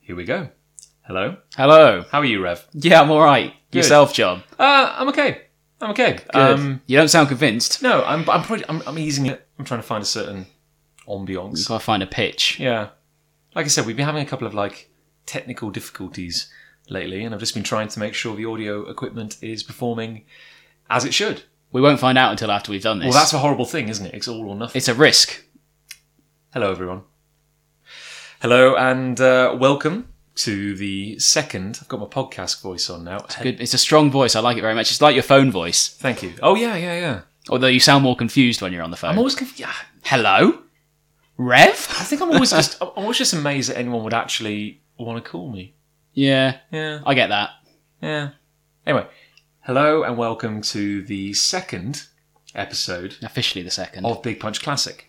Here we go. Hello. Hello. How are you, Rev? Yeah, I'm all right. Good. Yourself, John. Uh, I'm okay. I'm okay. Um, you don't sound convinced. no, I'm. I'm probably. I'm, I'm easing it. I'm trying to find a certain You've ambiance. got to find a pitch. Yeah. Like I said, we've been having a couple of like technical difficulties lately, and I've just been trying to make sure the audio equipment is performing as it should. We won't find out until after we've done this. Well, that's a horrible thing, isn't it? It's all or nothing. it's a risk. Hello, everyone. Hello, and uh, welcome to the second. I've got my podcast voice on now. Good. It's a strong voice. I like it very much. It's like your phone voice, Thank you. Oh yeah, yeah, yeah. although you sound more confused when you're on the phone. I'm always confused. Hello, I Rev. think I'm always just I'm always just amazed that anyone would actually want to call me. Yeah, Yeah, I get that. yeah. Anyway, hello and welcome to the second episode Officially, the second. of Big Punch Classic.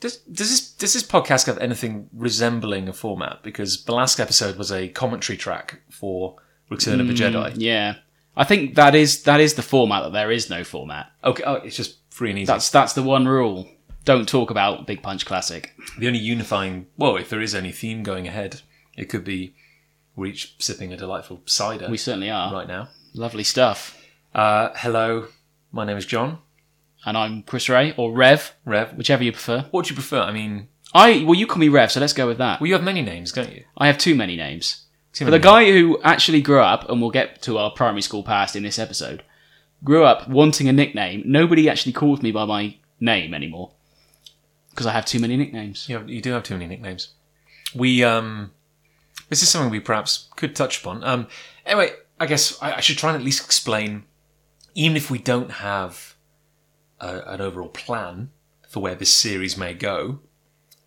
Does, does this does this podcast have anything resembling a format? Because the last episode was a commentary track for Return of the Jedi. Yeah, I think that is that is the format. That there is no format. Okay, oh, it's just free and easy. That's that's the one rule. Don't talk about Big Punch Classic. the only unifying. Well, if there is any theme going ahead, it could be we're each sipping a delightful cider We certainly are. right now. Lovely stuff. Uh, hello, my name is John. And I'm Chris Ray or Rev, Rev, whichever you prefer. what do you prefer? I mean, I well, you call me Rev, so let's go with that. well, you have many names, don't you? I have too many names. Too But the many guy who actually grew up, and we'll get to our primary school past in this episode, grew up wanting a nickname. Nobody actually called me by my name anymore because I have too many nicknames. You, have, you do have too many nicknames. We, um, this is something we perhaps could touch upon. Um, anyway, I guess I, I should try and at least explain, even if we don't have a, an overall plan for where this series may go,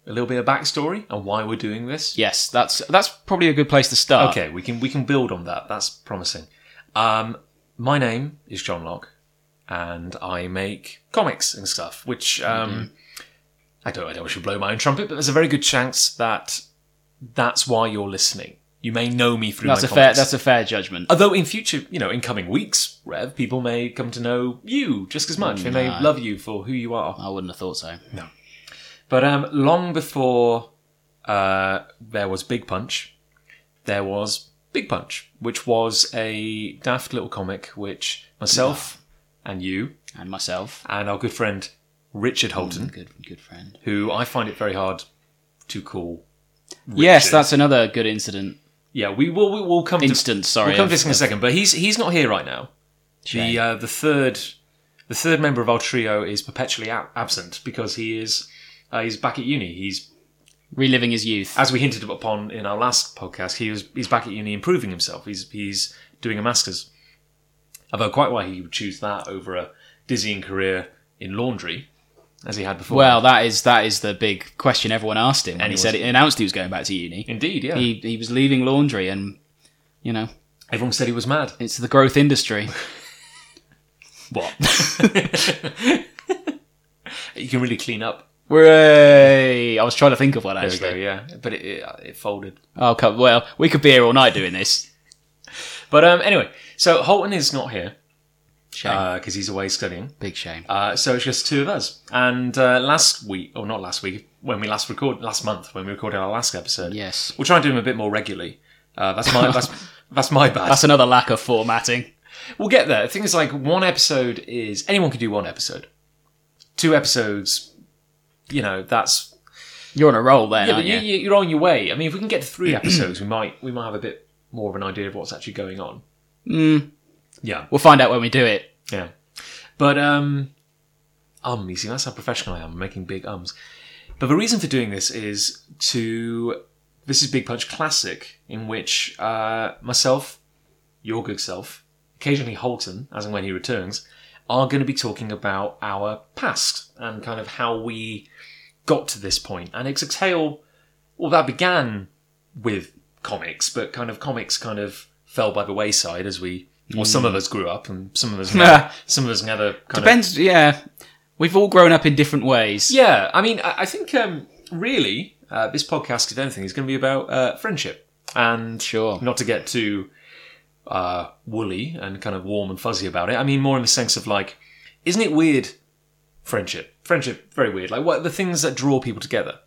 a little bit of backstory and why we're doing this. Yes, that's that's probably a good place to start. Okay, we can we can build on that. That's promising. Um, my name is John Locke, and I make comics and stuff. Which um, I don't I don't should blow my own trumpet, but there's a very good chance that that's why you're listening. You may know me through that's my a fair comics. that's a fair judgment. Although in future, you know, in coming weeks, Rev, people may come to know you just as much. They may No. love you for who you are. I wouldn't have thought so. But um, long before uh, there was Big Punch, there was Big Punch, which was a daft little comic which myself and you And myself, and our good friend Richard Holton, good good friend. who I find it very hard to call. Yes, Richard. that's another good incident Yeah, we will. We will come. to, instance. Sorry, we'll come of- to this in a of second. But he's he's not here right now. shame. The uh, the third the third member of our trio is perpetually ab- absent because he is uh, he's back at uni. He's reliving his youth. as we hinted upon in our last podcast, he was he's back at uni improving himself. He's he's doing a masters. Although quite why he would choose that over a dizzying career in laundry, as he had before. Well, that is that is the big question everyone asked him when And he he said he announced he was going back to uni. indeed, yeah. He he was leaving laundry, and you know Everyone said he was mad. it's the growth industry. What? you can really clean up. Hooray! I was trying to think of one There we go. actually. Yeah, but it, it, it folded. Oh come, well we could be here all night doing this. But um, anyway, so Holton is not here Shame, because he's away studying. Uh, big shame. Uh, so it's just two of us. And uh, last week, or not last week, when we last recorded, last month, when we recorded our last episode, Yes, we'll try and do them a bit more regularly. Uh, that's my that's that's my bad. that's another lack of formatting. we'll get there. The thing is, like one episode is anyone can do one episode. Two episodes, you know, that's uh, You're on a roll then, yeah, but aren't you, you? you- you're on your way. I mean, if we can get to three episodes, we might we might have a bit more of an idea of what's actually going on. We'll find out when we do it. Yeah. But um um, you see, that's how professional I am, making big ums. But the reason for doing this is to this is Big Punch Classic, in which uh, myself, your good self, occasionally Holton, as and when he returns, are going to be talking about our past and kind of how we got to this point. And it's a tale well that began with comics, but kind of comics kind of fell by the wayside as we well, some of us grew up and some of us never, some of us never kind of Ben's yeah, we've all grown up in different ways. yeah, I mean, I, I think um, really uh, this podcast, if anything, is going to be about uh, friendship and Sure. not to get too uh, woolly and kind of warm and fuzzy about it. I mean, more in the sense of like, isn't it weird? Friendship, friendship, very weird. Like what the things that draw people together.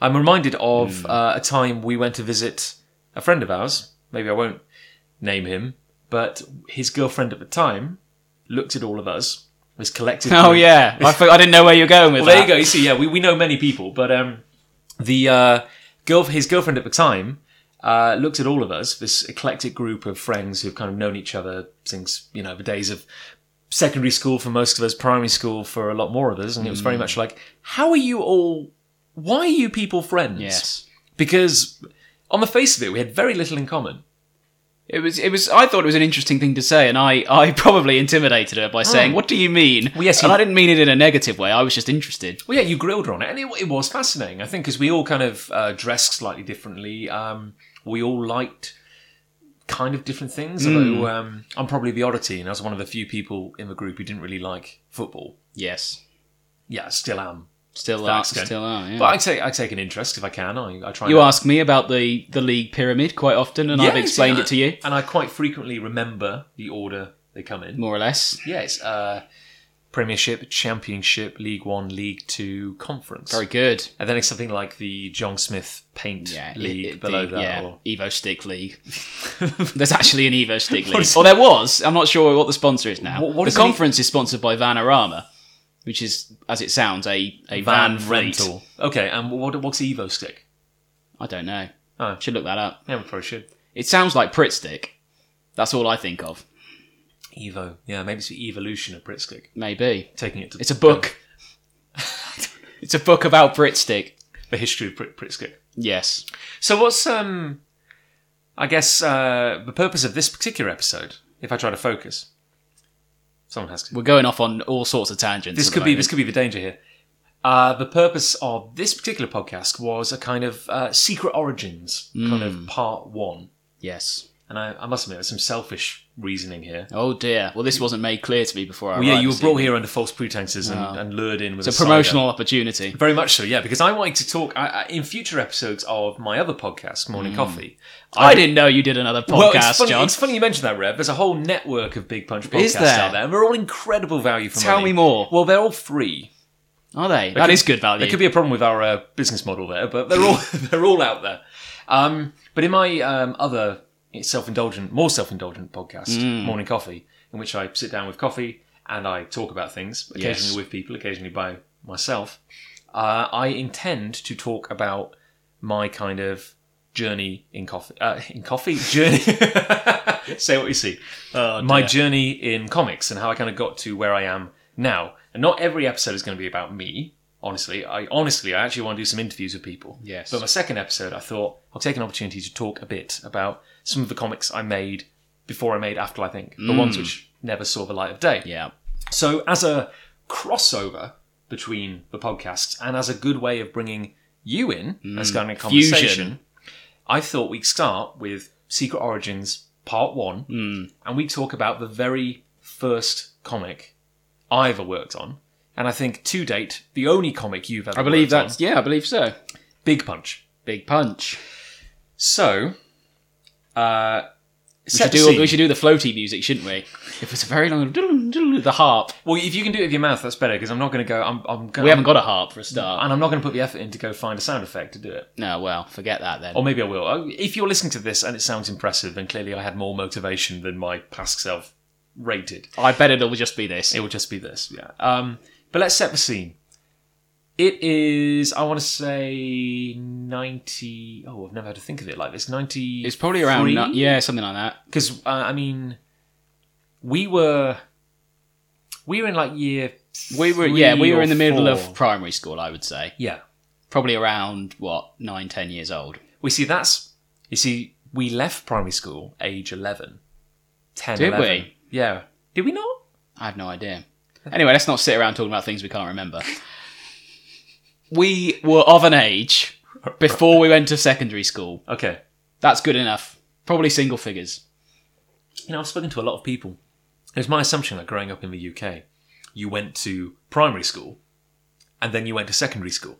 I'm reminded of uh, a time we went to visit a friend of ours. Maybe I won't name him, but his girlfriend at the time looked at all of us, was collected. Oh through- yeah, I, for- I didn't know where you were going with Well, there that. you go. You see, yeah, we, we know many people, but um, the uh, girl, his girlfriend at the time, uh, looked at all of us, this eclectic group of friends who've kind of known each other since you know the days of secondary school for most of us, primary school for a lot more of us, and it was Mm. very much like, how are you all? Why are you people friends? Yes, Because on the face of it, we had very little in common. it was. It was. I thought it was an interesting thing to say, and I, I probably intimidated her by saying, "What do you mean?" Oh. Well, yes, and you- I didn't mean it in a negative way. I was just interested. Well, yeah, you grilled her on it, and it, it was fascinating. I think because we all kind of uh, dressed slightly differently, um, we all liked kind of different things. Hmm. Although um, I'm probably the oddity, and I was one of the few people in the group who didn't really like football. Yes, Yeah, I still am, still are, Thanks, Ken. still are. Yeah. but I take I take an interest if I can. I, I try. Hmm. you and- ask me about the the league pyramid quite often, and I've Yes, explained yeah. it to you and I quite frequently remember the order they come in. more or less. Yes, uh, Premiership, Championship, League One, League Two, Conference, Very good. and then it's something like the John Smith Paint Yeah, League it- it- below the- that. yeah, or- Evo Stick League. There's actually an Evo Stick What League, is- or there was. I'm not sure what the sponsor is now. What- what is the an E- conference is sponsored by Vanarama, which is, as it sounds, a a van, fleet. Okay, and what, what's Evo stick? I don't know. Oh. Should look that up. Yeah, we probably should. It sounds like Prit Stick. That's all I think of. Evo. Yeah, maybe it's the evolution of Brit stick. Maybe Taking it to it's a book. it's a book about Brit Stick. the history of Brit, Brit stick. Yes. So what's um, I guess uh, the purpose of this particular episode? If I try to focus, someone has to. We're going off on all sorts of tangents. This at the could be moment. this could be the danger here. Uh, the purpose of this particular podcast was a kind of uh, secret origins, kind of part one. Yes. And I, I must admit, there's some selfish reasoning here. Oh dear. Well, this wasn't made clear to me before I. Well, Oh, yeah, arrived you were this brought evening. here under false pretenses and, and lured in with It's a cider. promotional opportunity. Very much so, yeah. Because I wanted to talk I, I, in future episodes of my other podcast, Morning Coffee. I didn't know you did another Mm. podcast, Well, it's funny, John. it's funny you mentioned that, Rev. There's a whole network of Big Punch podcasts Is there? out there, and they're all incredible value for Tell money. me more. Well, they're all free. Are they? That could- is good value. There could be a problem with our uh, business model there, but they're all they're all out there. Um, but in my um, other self-indulgent, more self-indulgent podcast, Morning Coffee, in which I sit down with coffee and I talk about things, occasionally Yes. with people, occasionally by myself. Uh, I intend to talk about my kind of journey in coffee. Uh, in coffee journey. Say what you see Oh, my journey in comics and how I kind of got to where I am now. And not every episode is going to be about me. Honestly, I honestly I actually want to do some interviews with people. Yes. But my second episode, I thought I'll take an opportunity to talk a bit about some of the comics I made before I made After I Think, the ones which never saw the light of day. yeah. So, as a crossover between the podcasts and as a good way of bringing you in as kind of Mm. Fusion. conversation, I thought we'd start with Secret Origins Part 1 Mm. and we talk about the very first comic I ever worked on. And I think to date, the only comic you've ever I believe worked that's on, yeah, I believe so. Big Punch. Big punch. So, uh, We should, do, we should do the floaty music, shouldn't we? If it's a very long the harp. well, if you can do it with your mouth, that's better because I'm not going to go. I'm, I'm going We haven't got a harp for a start. and I'm not going to put the effort in to go find a sound effect to do it. No, well, forget that then. Or maybe I will. Uh, If you're listening to this and it sounds impressive, then clearly I had more motivation than my past self rated. I bet it'll just be this. It will just be this, yeah. Um, but let's set the scene. It is, I want to say, 90. Oh, I've never had to think of it like this. 90. It's probably around nu- yeah, something like that. Because, uh, I mean, we were. We were in like year. We were three yeah, we were or in the middle of four. primary school, I would say. Yeah. Probably around what, nine, ten years old. We see that's you see we left primary school age 11. 10 Did 11. we? Yeah. Did we not? I have no idea. Anyway, let's not sit around talking about things we can't remember. We were of an age before we went to secondary school. Okay. That's good enough. Probably single figures. You know, I've spoken to a lot of people. It was my assumption that growing up in the UK, you went to primary school and then you went to secondary school.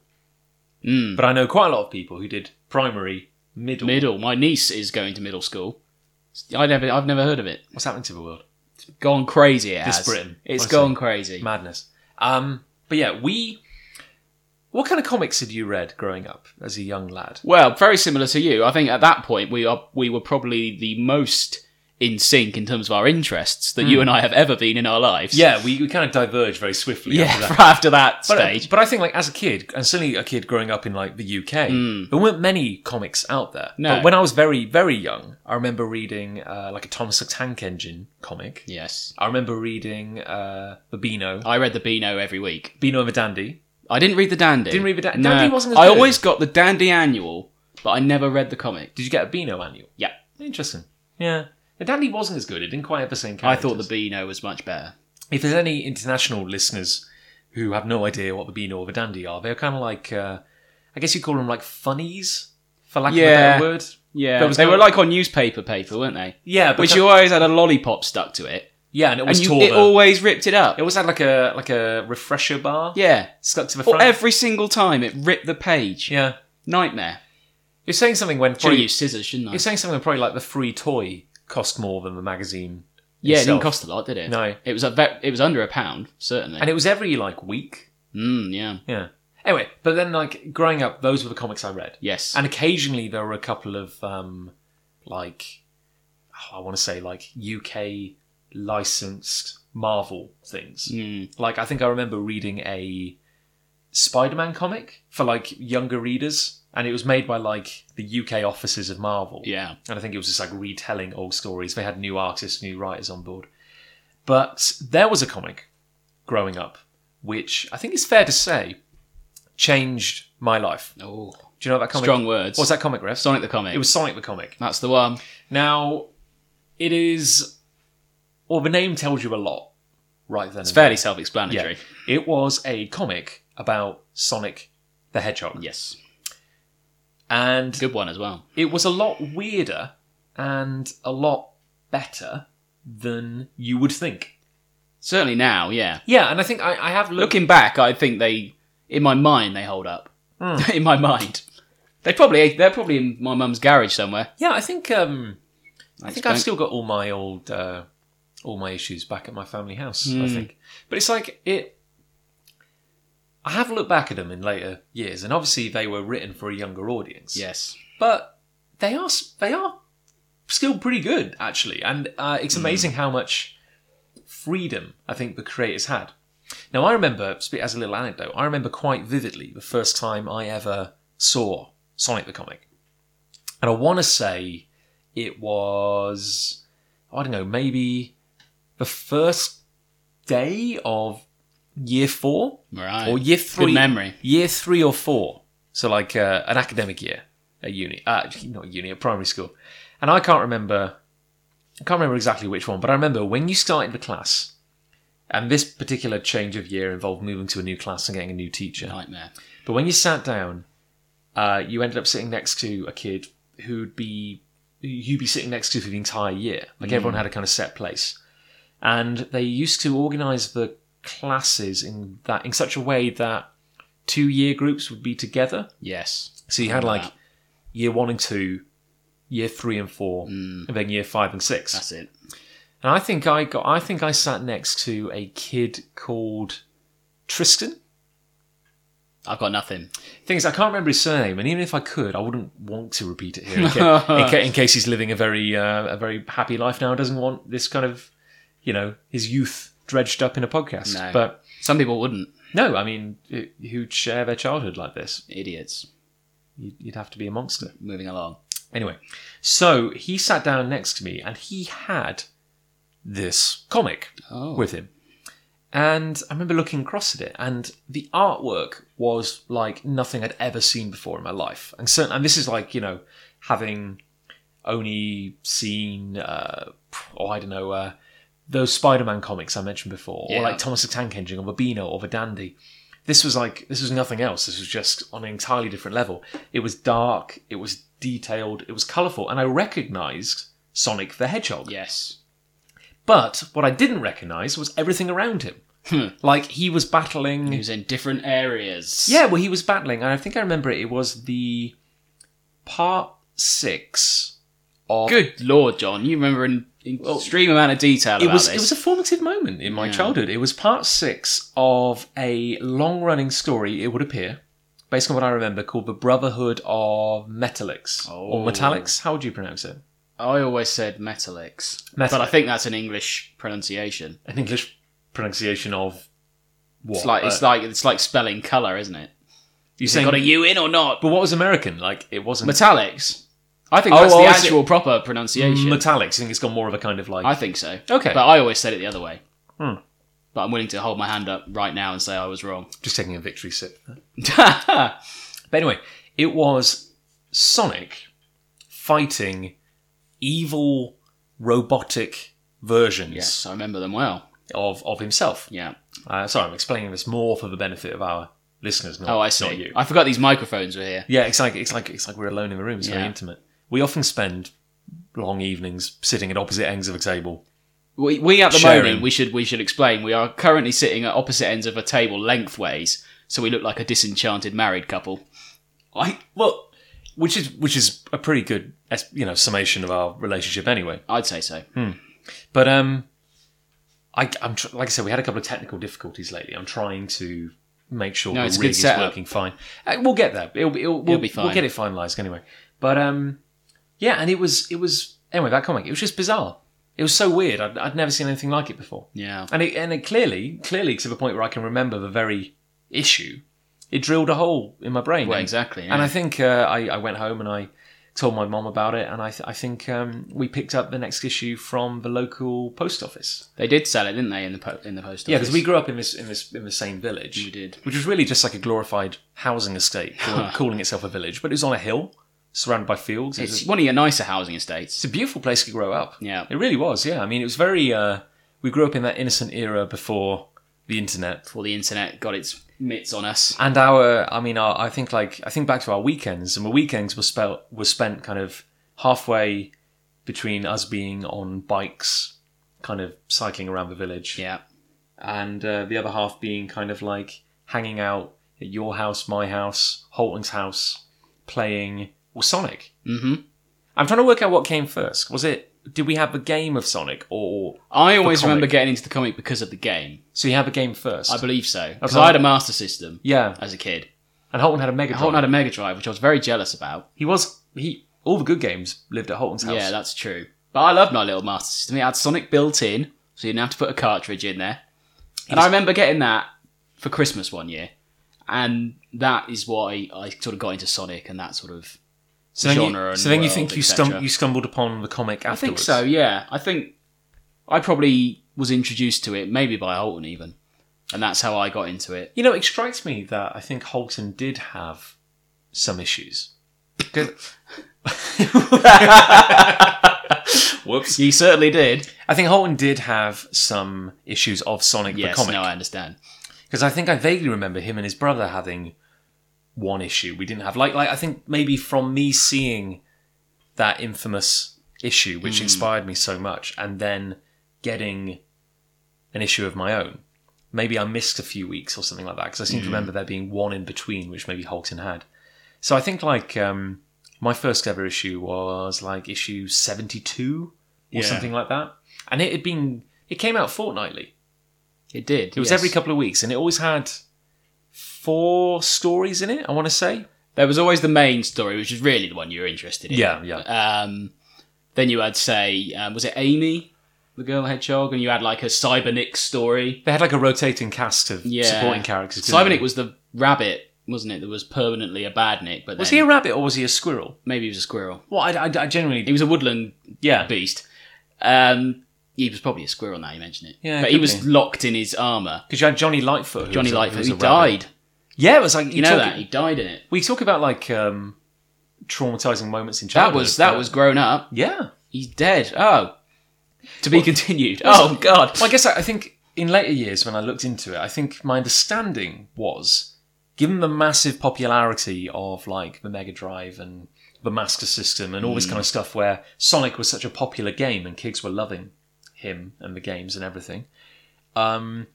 Mm. But I know quite a lot of people who did primary, middle. Middle. My niece is going to middle school. I never, I've never heard of it. What's happening to the world? Gone crazy. It This has. Britain, It's honestly. gone crazy. Madness. Um, but yeah, we What kind of comics had you read growing up as a young lad? Well, very similar to you. I think at that point we are we were probably the most in sync in terms of our interests that you and I have ever been in our lives. Hmm. Yeah, we, we kind of diverged very swiftly yeah. after that. After that, after that But, uh, stage, but I think, like, as a kid, and certainly a kid growing up in, like, the UK, there weren't many comics out there. Hmm. No. But when I was very, very young, I remember reading, uh, like, a Thomas the Tank Engine comic. yes, I remember reading uh, the Beano. I read the Beano every week. Beano and the Dandy. I didn't read the Dandy. Didn't read the Dan- No. Dandy wasn't as I good. always got the Dandy annual, but I never read the comic. Did you get a Beano annual? Yeah, Interesting. Yeah. The Dandy wasn't as good. It didn't quite have the same I characters. thought the Beano was much better. if there's any international listeners who have no idea what the Beano or the Dandy are, they're kind of like, uh, I guess you call them like funnies, for lack Yeah. of a better word. Yeah, There was they no- were like on newspaper paper, weren't they? Yeah, Which because- you always had a lollipop stuck to it, yeah, and it and was you, taller. it always ripped it up. It always had like a like a refresher bar yeah, stuck to the or front. every single time it ripped the page. yeah, Nightmare. you're saying something when Should have probably, used scissors, shouldn't I? you're saying something when probably like the free toy cost more than the magazine. Yeah, it didn't itself. cost a lot, did it? No. It was a ve- it was under a pound, certainly. and it was every like week. mm, yeah. Yeah. Anyway, but then like growing up, those were the comics I read. Yes. And occasionally there were a couple of um, like oh, I want to say like UK licensed Marvel things. Mm. Like I think I remember reading a Spider-Man comic for like younger readers, and it was made by like the UK offices of Marvel. Yeah. And I think it was just like retelling old stories. They had new artists, new writers on board. But there was a comic growing up, which I think it's fair to say changed my life. Oh, Do you know what that comic? strong words. What's that comic, Ref? Sonic the Comic. It was Sonic the Comic. That's the one. Now, it is. Well, the name tells you a lot, right then. It's fairly self-explanatory. Yeah. It was a comic about Sonic the Hedgehog. Yes. And Good one as well. it was a lot weirder and a lot better than you would think. Certainly now, yeah. Yeah, and I think I, I have looked. Looking back, I think they in my mind they hold up. Hmm. in my mind. They probably they're probably in my mum's garage somewhere. Yeah, I think um, I think I've Spank. still got all my old uh, all my issues back at my family house. I think, but it's like it. I have looked back at them in later years, and obviously they were written for a younger audience. Yes. but they are s- they are still pretty good actually, and uh, it's amazing how much freedom I think the creators had. Now I remember, spe- as a little anecdote, I remember quite vividly the first time I ever saw Sonic the comic, and I want to say it was I don't know maybe the first day of year four Right. or year Oh, three Good memory. year three or four so like uh, an academic year at uni uh, not uni at primary school and i can't remember i can't remember exactly which one but i remember when you started the class and this particular change of year involved moving to a new class and getting a new teacher Nightmare. but when you sat down uh, you ended up sitting next to a kid who'd be who you'd be sitting next to for the entire year like everyone had a kind of set place and they used to organize the classes in that in such a way that two year groups would be together Yes. so you had like that. year one and two, year three and four, and then year five and six. That's it. and I think I got I think I sat next to a kid called Tristan. I've got nothing. Things I can't remember his surname, and even if I could, I wouldn't want to repeat it here in, ca- in, ca- in case he's living a very uh, a very happy life now. and Doesn't want this kind of you know his youth dredged up in a podcast. No. But Some people wouldn't. no, I mean it- who'd share their childhood like this? Idiots. You'd you'd have to be a monster. Moving along. Anyway, so he sat down next to me and he had this comic Oh. with him. And I remember looking across at it, and the artwork was like nothing I'd ever seen before in my life. And certain, and this is like you know, having only seen, uh, oh I don't know, uh, those Spider-Man comics I mentioned before, Yeah. or like Thomas the Tank Engine, or Babino, or the Dandy. This was like this was nothing else. This was just on an entirely different level. It was dark. It was detailed. It was colourful, and I recognised Sonic the Hedgehog. Yes. But what I didn't recognise was everything around him. Like he was battling. Hmm. He was in different areas. Yeah, well, he was battling, and I think I remember it. It was the part six of. Good lord, John. You remember in, in extreme amount of detail It about was this. Hmm. it was a formative moment in my Yeah. childhood. It was part six of a long running story. It would appear based on what I remember, called the Brotherhood of Metallics. Or Oh. Metallics? How would you pronounce it? I always said Metalix, but I Metallic. think that's an English pronunciation. An English pronunciation of what? It's like Uh, it's like it's like spelling color, isn't it? you Is it saying, got a U in or not? but what was American? Like, it wasn't Metallics. I think Oh, that's well, the I see- actual proper pronunciation. Metallics. You think it's got more of a kind of like. I think so. Okay. but I always said it the other way. Hmm. But I'm willing to hold my hand up right now and say I was wrong. just taking a victory sip. That's But anyway, it was Sonic fighting evil robotic versions I remember them well. of, of himself. Yeah. Uh, sorry, I'm explaining this more for the benefit of our listeners, not, Oh, I not see. you. I forgot these microphones were here. Yeah, it's like it's like it's like we're alone in the room. It's very Yeah. intimate. We often spend long evenings sitting at opposite ends of a table. We, we at the Sharing. moment we should we should explain we are currently sitting at opposite ends of a table lengthways, so we look like a disenchanted married couple. I well, which is which is a pretty good es- you know summation of our relationship anyway. I'd say so. But um, I, I'm tr- like I said, we had a couple of technical difficulties lately. I'm trying to make sure No, the it's a rig good is setup. working fine. Uh, we'll get there. It'll, be- it'll, we'll, be We'll fine. get it finalized anyway. But um, yeah, and it was it was anyway that comic. It was just bizarre. It was so weird. I'd, I'd never seen anything like it before. Yeah. And it and it clearly clearly to the point where I can remember the very issue. It drilled a hole in my brain. Well, And- exactly. and yeah. I think uh, I, I went home and I told my mom about it, and I, th- I think um, we picked up the next issue from the local post office. they did sell it, didn't they, in the po- in the post office? Yeah, because we grew up in this in this in the same village. We did. which was really just like a glorified housing estate, call- calling itself a village, but it was on a hill surrounded by fields. It was a- It's one of your nicer housing estates. it's a beautiful place to grow up. Yeah. It really was. Yeah, I mean, it was very. Uh, we grew up in that innocent era before the internet. Before the internet got its mitts on us. And our, I mean, our, I think like I think back to our weekends, and the weekends were spelt were spent kind of halfway between us being on bikes, kind of cycling around the village, Yeah. and uh, the other half being kind of like hanging out at your house, my house, Holton's house, playing well, Sonic. hmm I'm trying to work out what came first. Was it did we have a game of Sonic, or I always comic. remember getting into the comic because of the game. so you have a game first? I believe so. Because Okay. I had a Master System yeah, as a kid. and Holton had a Mega Holton Drive. had a Mega Drive, which I was very jealous about. he was he all the good games lived at Holton's house. Yeah, that's true. But I loved my little Master System. It had Sonic built in, so you didn't have to put a cartridge in there. And I remember getting that for Christmas one year. And that is why I sort of got into Sonic and that sort of so then genre You, and so then you world, think you, etc. stum- you stumbled upon the comic I think afterwards? so, yeah. I think I probably was introduced to it, maybe by Holton even. And that's how I got into it. You know, it strikes me that I think Holton did have some issues. 'Cause- Whoops. He certainly did. I think Holton did have some issues of Sonic Yes, the comic no, I understand. because I think I vaguely remember him and his brother having one issue we didn't have. Like, like I think maybe from me seeing that infamous issue, which inspired me so much, and then getting an issue of my own. Maybe I missed a few weeks or something like that because I seem to remember there being one in between, which maybe Holton had. So I think like um, my first ever issue was like issue seventy two or Yeah. something like that, and it had been it came out fortnightly. It did. It was every couple of weeks, and it always had four stories in it. I want to say, There was always the main story, which is really the one you're interested in. Yeah, yeah. Um, then you had, say, um, was it Amy, the girl hedgehog? And you had like a Cybernick story. they had like a rotating cast of Yeah. supporting characters. didn't Cybernick they? was the rabbit, wasn't it? That was permanently a bad Nick, but was then he a rabbit or was he a squirrel? maybe he was a squirrel. Well, I, I, I generally He was a woodland yeah. beast. Um, he was probably a squirrel now you mention it. Yeah, but could he was be. locked in his armour. Because you had Johnny Lightfoot. who Johnny was a- Lightfoot, was he a rabbit. died. Yeah, it was like you, You know talk, that? He died in it. We talk about like um, traumatizing moments in That childhood. was that but- was grown up. yeah. He's dead. Oh. To be continued. Oh god. Well, I guess I, I think in later years when I looked into it, I think my understanding was, given the massive popularity of like the Mega Drive and the Master System and all this kind of stuff, where Sonic was such a popular game and kids were loving him and the games and everything. Um,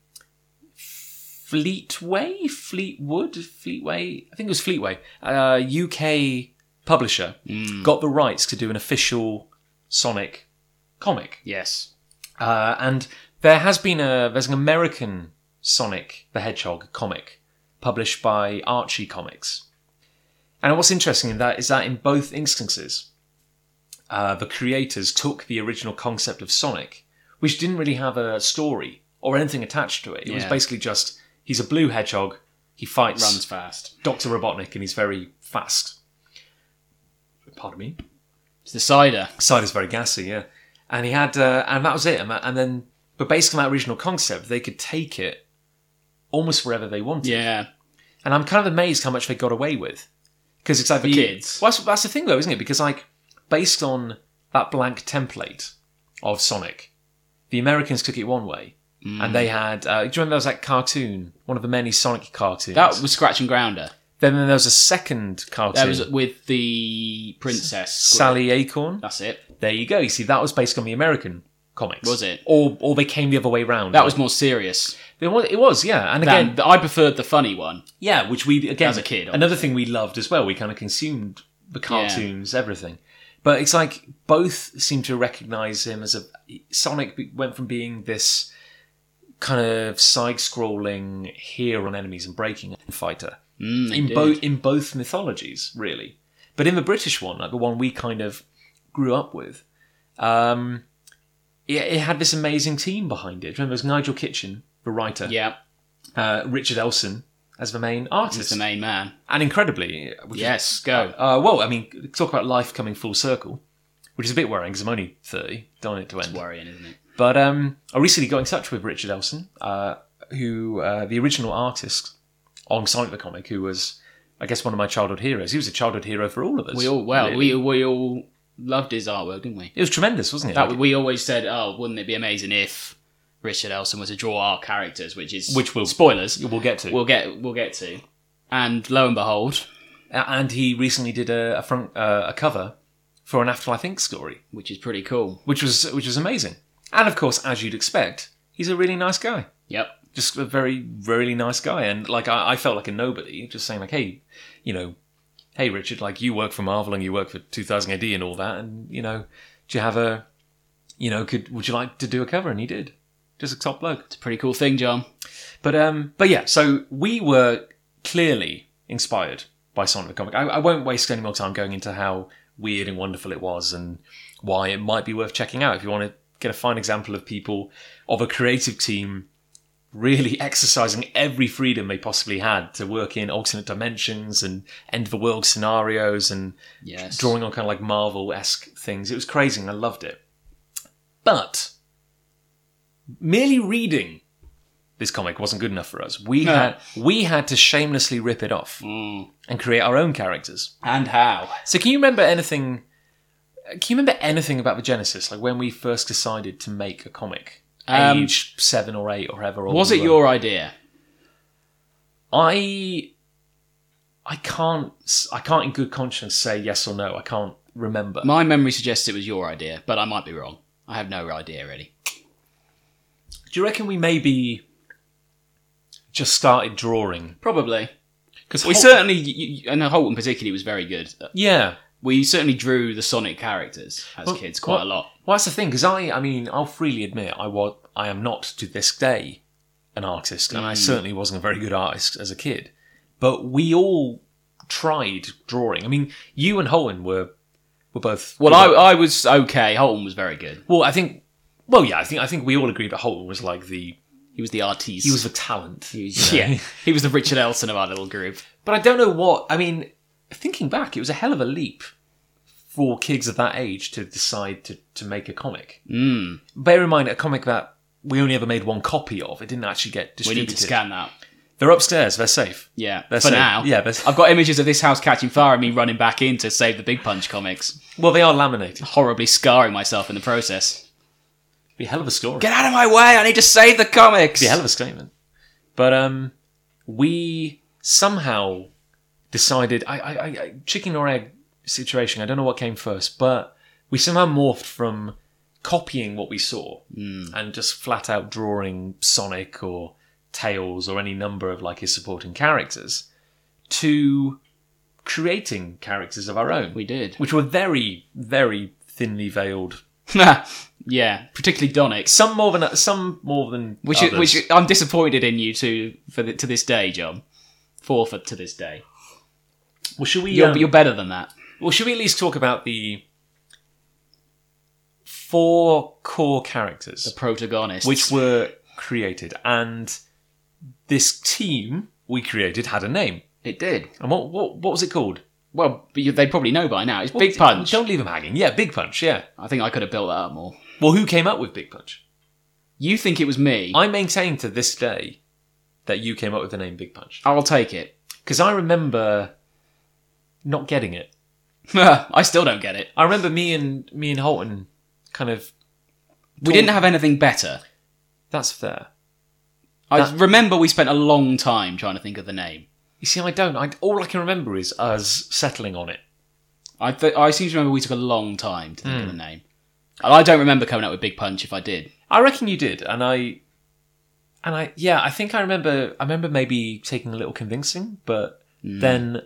Fleetway, Fleetwood, Fleetway. I think it was Fleetway. Uh, UK publisher got the rights to do an official Sonic comic. Yes. Uh, and there has been a there's an American Sonic the Hedgehog comic published by Archie Comics, And what's interesting in that is that in both instances, uh, the creators took the original concept of Sonic, which didn't really have a story or anything attached to it. It was Yeah. basically just he's a blue hedgehog, he fights Runs fast. Dr. Robotnik, and he's very fast. Pardon me. It's the cider. Cider's very gassy, yeah. And he had, uh, and that was it. And, that- and then, but based on that original concept, they could take it almost wherever they wanted. Yeah. And I'm kind of amazed how much they got away with. Because it's like the kids. Well, that's, that's the thing, though, isn't it? Because like based on that blank template of Sonic, the Americans took it one way, Mm. and they had. Uh, do you remember there was that cartoon, one of the many Sonic cartoons? That was Scratch and Grounder. then there was a second cartoon, That was with the princess. Sally Acorn. That's it. There you go. You see, that was based on the American comics, Was it? Or or they came the other way round. That was more serious. it was, it was yeah. And again, Than, I preferred the funny one. Yeah, which we again As a kid, Another thing we loved as well. We kind of consumed the cartoons, everything. But it's like both seem to recognise him as a Sonic be- went from being this kind of side-scrolling here on enemies and breaking fighter Mm, in indeed. both in both mythologies, really. But in the British one, like the one we kind of grew up with, um, it, it had this amazing team behind it. Remember, it was Nigel Kitchen, the writer, Yeah, uh, Richard Elson as the main he's artist. the main man. And incredibly, which is- Yes, go. uh, well, I mean, talk about life coming full circle, which is a bit worrying because I'm only 30, don't want it to end. Worrying, isn't it? But um, I recently got in touch with Richard Elson, uh, who, uh, the original artist on Sonic the Comic, who was, I guess, one of my childhood heroes. He was a childhood hero for all of us. We all well, really. we we all loved his artwork, didn't we? It was tremendous, wasn't it? That Like, we always said, oh, wouldn't it be amazing if Richard Elson was to draw our characters, which is Which we'll- spoilers. we'll get to. We'll get we'll get to. And lo and behold, A- and he recently did a, a front uh, a cover for an Afterlife Inc. story, which is pretty cool. which was which was amazing. And of course, as you'd expect, he's a really nice guy. Yep. just a very really nice guy and like I, I felt like a nobody just saying like hey you know hey richard like you work for marvel and you work for 2000 ad and all that and you know do you have a you know could would you like to do a cover and he did just a top bloke It's a pretty cool thing, John. but um but yeah so we were clearly inspired by sonic the comic I, I won't waste any more time going into how weird and wonderful it was and why it might be worth checking out if you want to get a fine example of people of a creative team really exercising every freedom they possibly had to work in alternate dimensions and end of the world scenarios and Yes. drawing on kind of like Marvel esque things. It was crazy and I loved it. But merely reading this comic wasn't good enough for us. We No. had we had to shamelessly rip it off Mm. and create our own characters. And how? So can you remember anything can you remember anything about the Genesis, like when we first decided to make a comic? Um, Age seven or eight or however old. Was we it were. your idea? I I can't I can't in good conscience say yes or no. I can't remember. My memory suggests it was your idea, but I might be wrong. I have no idea really. Do you reckon we maybe just started drawing? Probably. Because We certainly, y- y- and Holton particularly was very good. yeah. We certainly drew the Sonic characters as Well, kids quite well- a lot. Well, that's the thing. Because I I mean I'll freely admit I was I am not to this day an artist, and I Mm. certainly wasn't a very good artist as a kid. But we all tried drawing. I mean, you and Holland were were both Well, I, I was okay. Holton was very good. well I think well yeah I think I think we all agreed that Holland was like the He was the artiste. he was the talent. yeah. he was the Richard Elson of our little group. But I don't know what. I mean, thinking back, it was a hell of a leap for kids of that age to decide to, to make a comic. Mm. Bear in mind, a comic that we only ever made one copy of. It didn't actually get We distributed. need to scan that. They're upstairs. They're safe. Yeah, They're for safe. now. Yeah, they're- I've got images of this house catching fire and me running back in to save the Big Punch comics, Well, they are laminated. horribly scarring myself in the process. Be a hell of a story. Get out of my way! I need to save the comics. Be a hell of a statement. But um, we somehow decided. I, I, I- I chicken or egg situation. I don't know what came first, but we somehow morphed from copying what we saw and just flat out drawing Sonic or Tails or any number of like his supporting characters to creating characters of our own, we did. which were very, very thinly veiled. yeah, particularly Donix, Some more than some more than which others. which I'm disappointed in you to for the, to this day, John. For for to this day. Well, should we? You're, um, you're better than that. Well, should we at least talk about the four core characters The protagonist. which were created, and this team we created had a name. it did. And what what, what was it called? Well, but you, they probably know by now. It's What Big was it- Punch. Don't leave him hanging. Yeah, Big Punch. Yeah. I think I could have built that up more. Well, who came up with Big Punch? You think it was me? I maintain to this day that you came up with the name Big Punch I'll take it. because I remember not getting it. I still don't get it. I remember me and me and Holton kind of. We didn't have anything better. That's fair. I That- remember we spent a long time trying to think of the name. You see, I don't. I, all I can remember is us settling on it. I th- I seem to remember we took a long time to Hmm. think of the name. And I don't remember coming up with Big Punch if I did. I reckon you did, and I, and I, yeah, I think I remember. I remember maybe taking a little convincing, but Mm. then,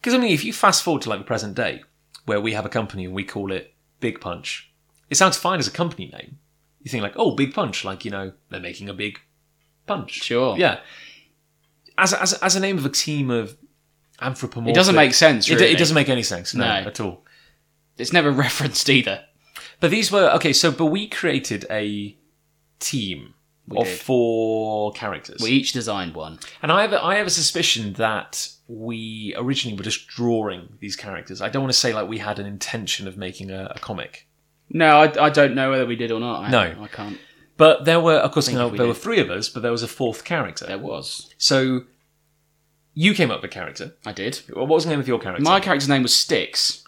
because I mean, if you fast forward to like the present day, where we have a company and we call it Big Punch, it sounds fine as a company name. You think like, oh, Big Punch, like you know, they're making a big punch. Sure. Yeah. As a, as a, as a name of a team of anthropomorphic, It doesn't make sense, It, really. it doesn't make any sense, no, No. at all. It's never referenced either. But these were okay. So, but we created a team of did. four characters, We each designed one. and I have a, I have a suspicion that we originally were just drawing these characters. I don't want to say like we had an intention of making a, a comic, No, I, I don't know whether we did or not. I, No. I can't. but there were of course now, if we there did. were three of us, but there was a fourth character. There was. So you came up with a character. I did. What was the name of your character? My character's name was Styx.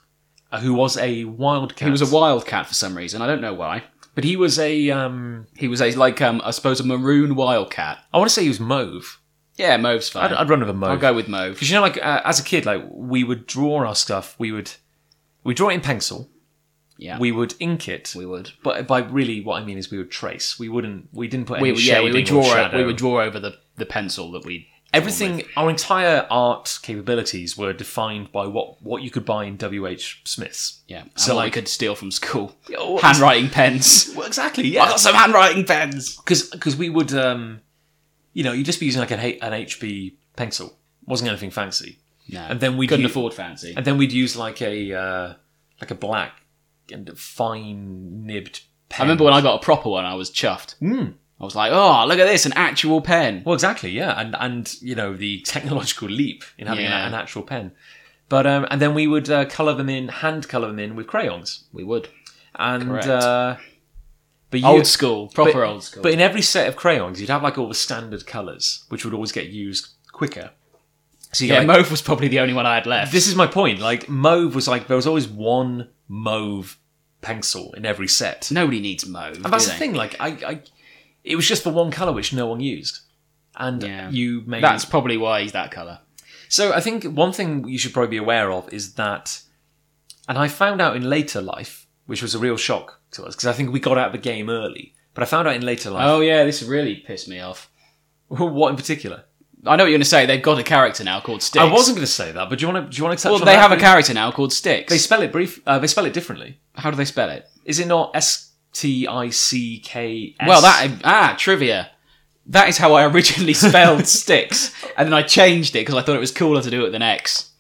Uh, who was a wildcat. He was a wildcat for some reason. I don't know why. but he was a um. He was a like um I suppose a maroon wildcat. I want to say he was mauve. Yeah, mauve's fine. I'd, I'd run with a mauve. I'll go with mauve. Because you know, like uh, as a kid, like we would draw our stuff. We would we draw it in pencil. Yeah, We would ink it. we would. But by really, what I mean is we would trace. We wouldn't. We didn't put any We would, yeah, we would draw. o- shadow. We would draw over the the pencil that we. Everything. Our entire art capabilities were defined by what what you could buy in W. H. Smith's. Yeah, and So, what we like- could steal from school. Oh, handwriting pens. Well, exactly. I Yeah. got some handwriting pens. Because we would, um, you know, you'd just be using like an, H- an HB pencil. wasn't anything fancy. No, And then we couldn't u- afford fancy. And then we'd use like a uh, like a black and fine nibbed pen. I remember when I got a proper one, I was chuffed. Mm. I was like, "Oh, look at this, an actual pen." Well, exactly, yeah, and and you know the technological leap in having Yeah. an, an actual pen, but um, and then we would uh, color them in, hand color them in with crayons, We would and Correct. uh, but you, old school, proper old school. but in every set of crayons, you'd have like all the standard colors, which would always get used quicker. So you yeah, like, mauve was probably the only one I had left. this is my point. Like mauve was like there was always one mauve pencil in every set. Nobody needs mauve. And that's the thing. Like I, I, it was just the one color which no one used, and Yeah. you made That's probably why he's that color. So I think one thing you should probably be aware of is that, and I found out in later life, which was a real shock to us because I think we got out of the game early. But I found out in later life. Oh yeah, this really pissed me off. Oh. What in particular? I know what you're going to say. They've got a character now called Sticks. I wasn't going to say that, but do you want to? Do you want to touch Well, on they that have a brief- character now called Sticks. They spell it brief. Uh, they spell it differently. How do they spell it? Is it not S T I C K S? Well, that ah trivia. That is how I originally spelled Sticks, and then I changed it because I thought it was cooler to do it than X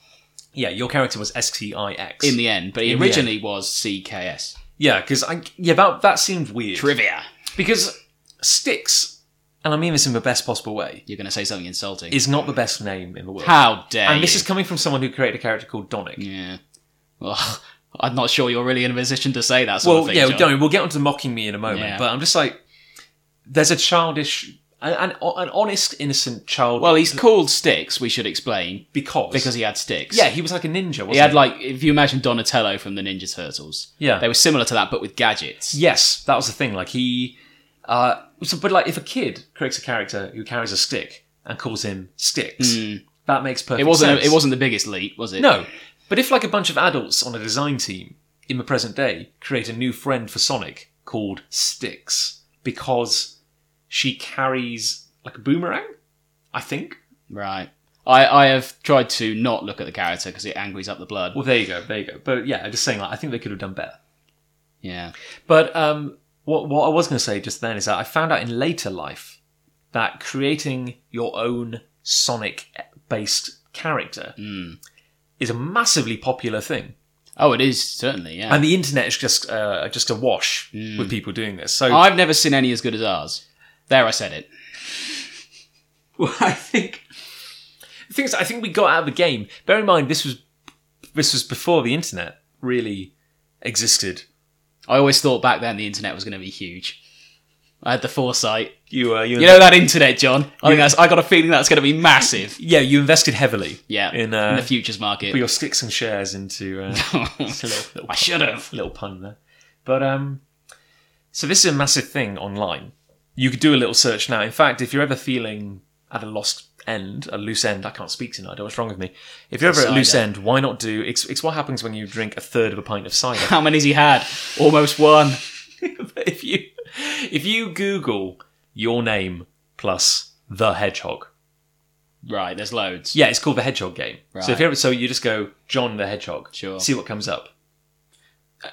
yeah. Your character was S T I X. in the end. But it the originally was CKS. yeah, because I yeah that that seemed weird Trivia. because sticks, and I mean this in the best possible way, You're going to say something insulting. is not the best name in the world. how dare And this you. is coming from someone who created a character called Donick. yeah. Well, I'm not sure you're really in a position to say that sort Well, of thing. yeah, John. don't. We'll get onto mocking me in a moment, Yeah. but I'm just like, there's a childish, an, an, an honest, innocent child. Well, he's called Sticks. We should explain because because he had sticks. yeah, he was like a ninja. Wasn't He had like if you imagine Donatello from the Ninja Turtles. Yeah. They were similar to that but with gadgets. yes, that was the thing. Like he, uh, so, but like if a kid creates a character who carries a stick and calls him Sticks, that makes perfect. Hmm. It wasn't sense. it wasn't the biggest leap, was it? No, but if like a bunch of adults on a design team in the present day create a new friend for Sonic called Styx because she carries like a boomerang, I think. Right. I, I have tried to not look at the character because it angries up the blood. Well, there you go, there you go. But yeah, I'm just saying, like, I think they could have done better. Yeah. But um, what what I was going to say just then is that I found out in later life that creating your own Sonic based character is a massively popular thing, Oh, it is certainly. Yeah, and the internet is just uh, just awash with people doing this. So I've never seen any as good as ours. There, I said it. Well, I think the thing is, I think we got out of the game. Bear in mind, this was this was before the internet really existed. I always thought back then the internet was going to be huge. I had the foresight. You uh, you, You know that internet, John. I think that's. I got a feeling that's going to be massive. yeah, you invested heavily Yeah, in, uh, the futures market. for your sticks and shares into uh, it's a little, little I should have. little pun there. But um, so this is a massive thing online. You could do a little search now. In fact, if you're ever feeling at a lost end, a loose end, I can't speak tonight. I don't know what's wrong with me. If you're ever at a loose end, why not do? It's, it's what happens when you drink a third of a pint of cider. How many's he had? Almost one. But if you if you Google your name plus the hedgehog, Right, there's loads. yeah, it's called the Hedgehog Game. So if Right. you ever, so you just go John the Hedgehog, Sure. see what comes up.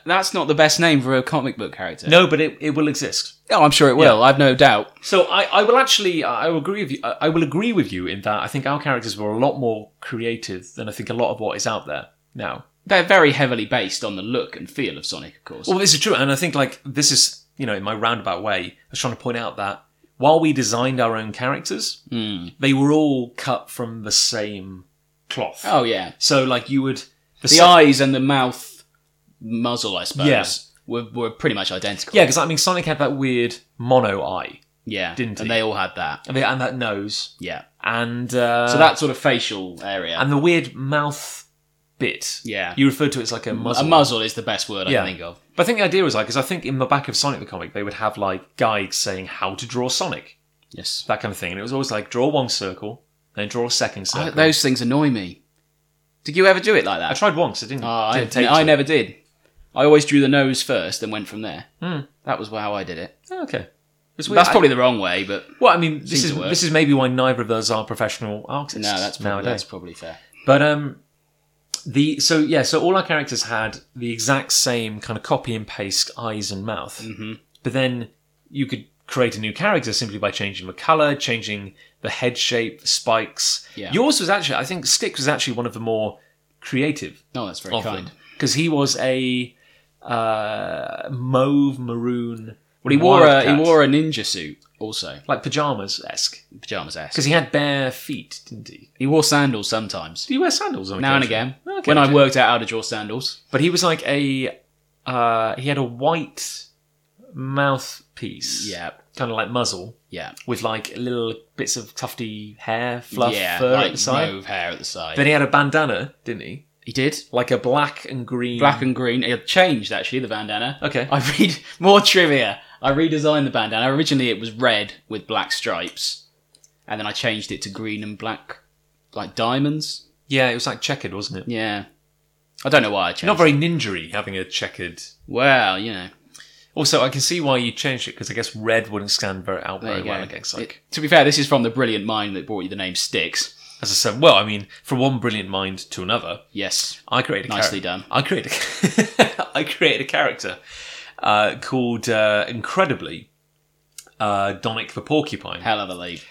That's not the best name for a comic book character. No, but it, it will exist. Oh, I'm sure it will. I've no doubt. So I, I will actually I will agree with you. I I will agree with you in that I think our characters were a lot more creative than I think a lot of what is out there now. They're very heavily based on the look and feel of Sonic, of course. Well, this is true, and I think like this is you know in my roundabout way, I was trying to point out that while we designed our own characters, Hmm. they were all cut from the same cloth. oh yeah, So like you would the, the sa- eyes and the mouth muzzle, I suppose, Yeah. were were pretty much identical. yeah, because I mean Sonic had that weird mono eye, yeah, Didn't he? and they all had that. and they- and that nose, Yeah, and uh, so that sort of facial area. and the weird mouth bit. yeah, You referred to it as like a muzzle. a muzzle is the best word Yeah. I can think of. But I think the idea was like, because I think in the back of Sonic the comic, they would have like guides saying how to draw Sonic, Yes, that kind of thing, and it was always like draw one circle, then draw a second circle. I, those things annoy me. Did you ever do it like that? tried once, it didn't. Oh, I, didn't take I to it. never did. I always drew the nose first and went from there. That was how I did it. Oh, okay. It's Hmm. weird. That's I- probably the wrong way, but well. I mean, this Seems is to work. this is maybe why neither of those are professional artists. no, that's probably, nowadays. that's probably fair. But um, the so yeah, so all our characters had the exact same kind of copy and paste eyes and mouth. Mm-hmm. But then you could create a new character simply by changing the color, changing the head shape, the spikes. Yeah. Yours was actually, I think, Skix was actually one of the more creative No, that's very of kind. them because he was a uh, mauve maroon. Well, he wore a, he wore a ninja suit also, like pajamas esque pajamas esque. because he had bare feet, didn't he? He wore sandals sometimes, Do you wear sandals on now and occasion? again. Okay, when I okay. worked out how to draw sandals, But he was like a uh, he had a white mouthpiece, yeah, kind of like muzzle yeah, with like little bits of tufty hair, fluff, yeah, fur at like the side. mauve hair at the side. Then he had a bandana, didn't he? he did Like a black and green. black and green. It had changed actually the bandana. Okay. I read more trivia. I redesigned the bandana. Originally, it was red with black stripes, and then I changed it to green and black, like diamonds. yeah, it was like checkered, wasn't it? Yeah, I don't know why I changed. Not very ninjery having a checkered. well, you know. Also, I can see why you changed it because I guess red wouldn't stand very out There very you well go. against It- like to be fair, this is from the brilliant mind that brought you the name Sticks. as I said. Well, I mean, from one brilliant mind to another, Yes, I created a Nicely character. done. I created a, I created a character uh, called uh, incredibly uh, Donic the Porcupine. hell of a leap.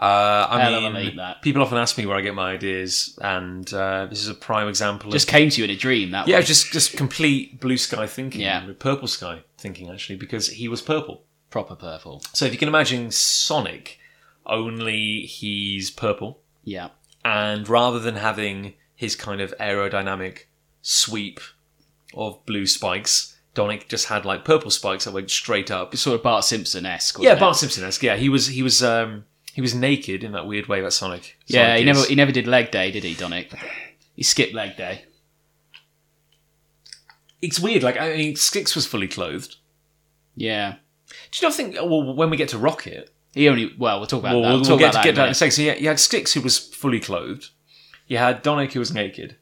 Uh, I Hell of a mean, name, that. people often ask me where I get my ideas, and uh, this is a prime example. Just of, came to you in a dream. That yeah, one. just just complete blue sky thinking, Yeah. purple sky thinking actually, because he was purple. proper purple. So if you can imagine Sonic, only he's purple. Yeah, and rather than having his kind of aerodynamic sweep of blue spikes, Donick just had like purple spikes that went straight up. it's sort of Bart Simpson esque. Yeah, Bart Simpson-esque. Yeah, he was he was um he was naked in that weird way that Sonic. Yeah, Sonic he never is. he never did leg day, did he, Donick? He skipped leg day. It's weird. Like I mean, Skix was fully clothed. Yeah, Do you not think? Well, when we get to Rocket, he only. Well, we'll talk about well, that. we'll, We'll, we'll talk get to about get that. down in in a a minute. second. So you, you had Skix who was fully clothed. You had Donick who was naked.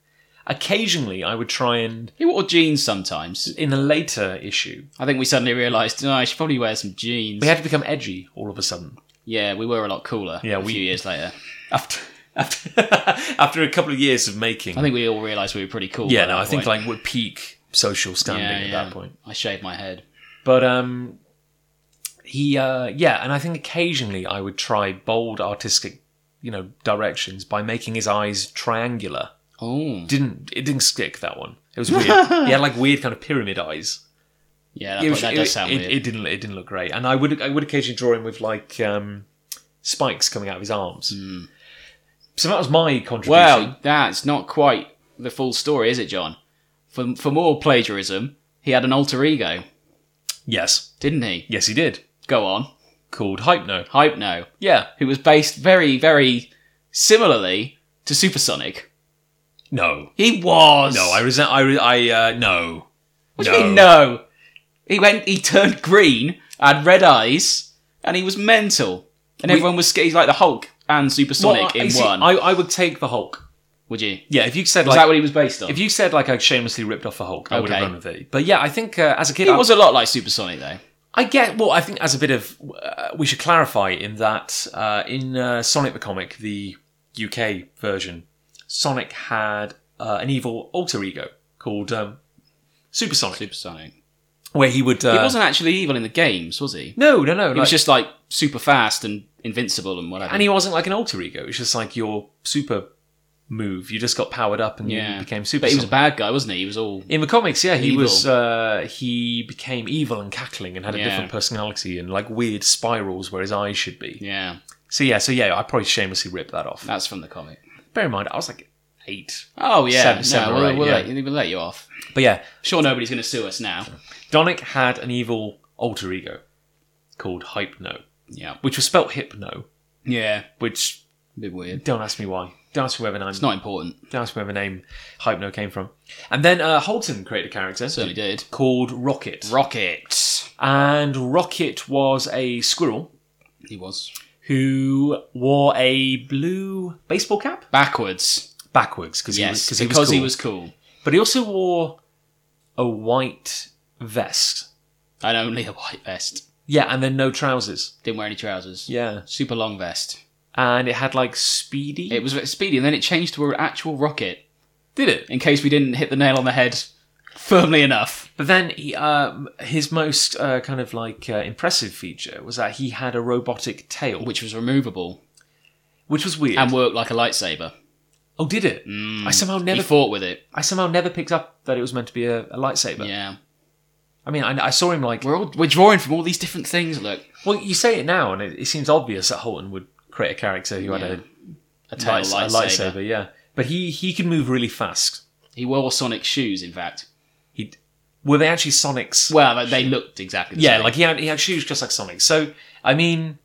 Occasionally, I would try and He wore jeans sometimes. in a later issue, I think we suddenly realised, no, I should probably wear some jeans. we had to become edgy all of a sudden. yeah, we were a lot cooler. Yeah, a we- few years later. after after, after a couple of years of making. I think we all realised we were pretty cool. yeah, by no, that I think point. like we're peak social standing yeah, at yeah. that point. I shaved my head. But um, he uh, yeah, and I think occasionally I would try bold artistic, you know, directions by making his eyes triangular Oh, Didn't it didn't stick that one? It was weird. he had like weird kind of pyramid eyes. yeah, that, It was- that it- does sound it- weird. it didn't it didn't look great. And I would I would occasionally draw him with like um, spikes coming out of his arms. So that was my contribution. Hmm. well, that's not quite the full story, is it, John? For for more plagiarism, he had an alter ego, yes, didn't he? yes, he did. Go on, Called Hypno. hype no, Yeah, who was based very very similarly to Supersonic. no, He was. no. I resent. I re- I uh, no. What do you mean no? He went. He turned green, had red eyes, and he was mental. And We- everyone was scared. He's like the Hulk and Supersonic Well, I- in see, one. I, I would take the Hulk. Would you? Yeah, if you said Was like that what he was based on? if you said like I shamelessly ripped off a Hulk, I would have Okay. run with it. But yeah, I think uh, as a kid, he I, was a lot like Supersonic though. I get. Well, I think as a bit of uh, we should clarify in that uh, in uh, Sonic the comic, the UK version, Sonic had uh, an evil alter ego called um, Supersonic, Supersonic. where he would. Uh, He wasn't actually evil in the games, was he? No, no, no. He like- was just like super fast and invincible and whatever. and he wasn't like an alter ego. It's just like your super move. You just got powered up and Yeah. you became but Super. he was a bad guy, wasn't he? He was all In the comics, yeah, he Evil. was uh, he became evil and cackling and had a Yeah. different personality and like weird spirals where his eyes should be. yeah. So yeah, so yeah, I probably shamelessly ripped that off. That's from the comic. Bear in mind, I was like eight. Oh yeah, Seven- no, seven or we'll, eight, we'll yeah. let, we'll let you off. But yeah, Sure, nobody's going to sue us now. Donick had an evil alter ego called Hypno, Yeah, which was spelt Hypno, yeah, which a bit weird. don't ask me why. Don't ask me where the name. It's not important. Don't ask me where the name Hypno came from. And then uh, Holton created a character Certainly did. called Rocket, Rocket. and Rocket was a squirrel He was who wore a blue baseball cap backwards. backwards because Yes, he was, because cool. he was cool. but he also wore a white vest. And only a white vest. Yeah, and then no trousers. Didn't wear any trousers. Yeah, Super long vest. and it had like speedy. It was speedy, and then it changed to an actual rocket did it, in case we didn't hit the nail on the head firmly enough. but then he, um, his most uh, kind of like uh, impressive feature was that he had a robotic tail, which, Which was removable which was weird. and mm, worked like a lightsaber. oh, did it? I somehow He never, fought with it. I somehow never picked up that it was meant to be a, a lightsaber. Yeah, I mean, I, I saw him like. we're all we're drawing from all these different things. Look, Well, you say it now, and it, it seems obvious that Holton would create a character who had a a title Lights- a lightsaber. lightsaber, yeah. But he he could move really fast. He wore Sonic shoes, in fact. He were they actually Sonic's? Well, they- they looked exactly the yeah, same. like he had he had shoes just like Sonic. So I mean,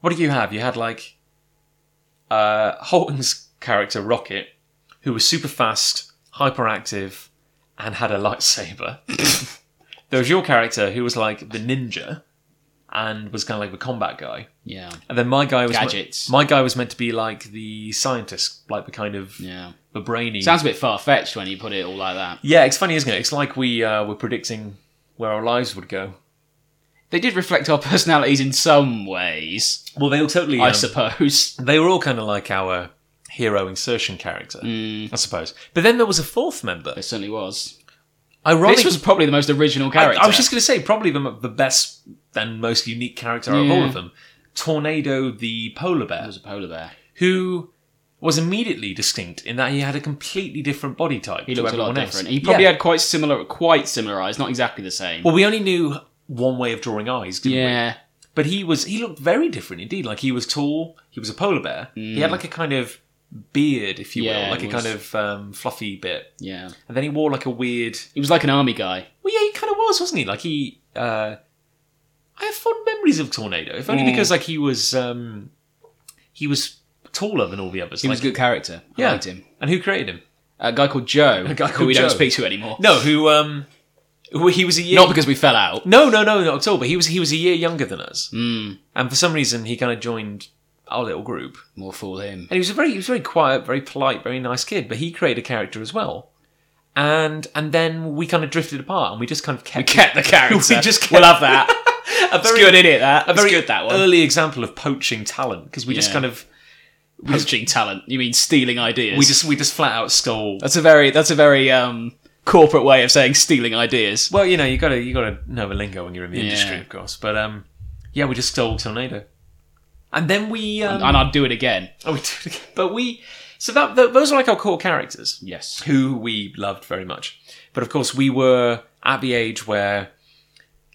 what did you have? You had like uh Holton's character Rocket, who was super fast, hyperactive, and had a lightsaber. there was your character who was like the ninja, and was kind of like the combat guy. yeah, And then my guy was Gadgets. My guy was meant to be like the scientist, like the kind of yeah. the brainy. Sounds a bit far fetched when you put it all like that. Yeah, it's funny, isn't it? It's like we uh, were predicting where our lives would go. They did reflect our personalities in some ways, Well, they were totally. I um, suppose. they were all kind of like our hero insertion character, Mm, I suppose. But then there was a fourth member. it certainly was. Ironically, This was probably the most original I, character. I was just going to say probably the, m- the best and most unique character out of all Yeah. of them. Tornado, the polar It bear, was a polar bear. who was immediately distinct in that he had a completely different body type. He to looked a lot everyone else. different. He probably Yeah. had quite similar, quite similar eyes, not exactly the same. Well, we only knew one way of drawing eyes, didn't we? yeah, But he was he looked very different indeed. Like he was tall, he was a polar bear. He had like a kind of beard, if you Mm. Yeah, will, like it a was- kind of um, fluffy bit. yeah. And then he wore like a weird He was like an army guy. Well yeah, he kinda was, wasn't he? Like he uh I have fond memories of Tornado, if only Mm. because like he was um he was taller than all the others. He was a like- good character. I Yeah. liked him. And who created him? A guy called Joe, guy who called we don't Joe. speak to anymore. No, who um who, he was a year Not because we fell out. No, no, no, not at all, but he was he was a year younger than us. Mm, And for some reason he kinda joined our little group. more fool him. And he was a very he was very quiet, very polite, very nice kid, but he created a character as well. And and then we kind of drifted apart and we just kind of kept, Kept the character. We just kept- we'll have that. a It's very, good, isn't it? That. a It's very good that one. early example of poaching talent because we just Yeah. kind of Poaching talent. You mean stealing ideas? we just we just flat out stole That's a very. That's a very um, corporate way of saying stealing ideas. well, you know, you gotta you gotta know the lingo when you're in the Yeah. industry, of course. But um yeah, we just stole Tornado. And then we um, And I'd do it again. Oh, we did it again. But we So that th- those are like our core characters Yes. who we loved very much. But of course, we were at the age where,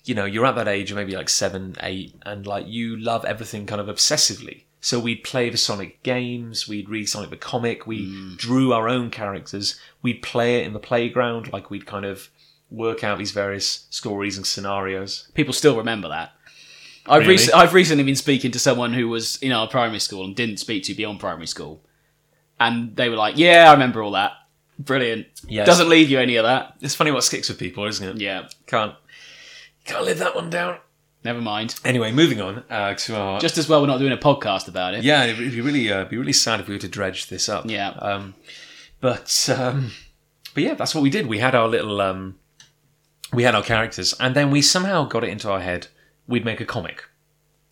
you know, you're at that age of maybe like seven, eight, and like you love everything kind of obsessively. So we'd play the Sonic games, we'd read Sonic the comic, we Mm. drew our own characters, we'd play it in the playground, like we'd kind of work out these various stories and scenarios. People still remember that. I've, Really? rec- I've recently been speaking to someone who was in our primary school and didn't speak to beyond primary school. And they were like, yeah, I remember all that. Brilliant. Yes. Doesn't leave you any of that. It's funny what sticks with people, isn't it? Yeah. Can't can't live that one down. Never mind. Anyway, moving on uh, to our Just as well we're not doing a podcast about it. Yeah, it'd be really, uh, be really sad if we were to dredge this up. Yeah. Um, but um, but yeah, that's what we did. We had our little, um, we had our characters, and then we somehow got it into our head we'd make a comic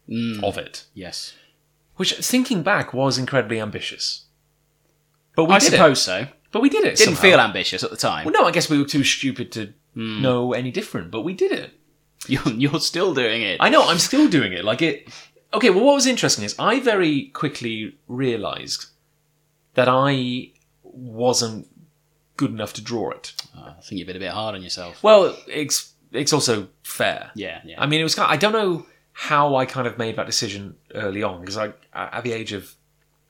Mm. of it, Yes. which thinking back was incredibly ambitious. But we I did suppose so. it. But we did it. Didn't somehow. feel Hmm. ambitious at the time. Well, no, I guess we were too stupid to know any different. But we did it. You're, you're still doing it. I know. I'm still doing it. Like it. Okay. Well, what was interesting is I very quickly realised that I wasn't good enough to draw it. Oh, I think you've been a bit hard on yourself. Well, it's it's also fair. Yeah, yeah. I mean, it was kind. Of, I don't know how I kind of made that decision early on because I at the age of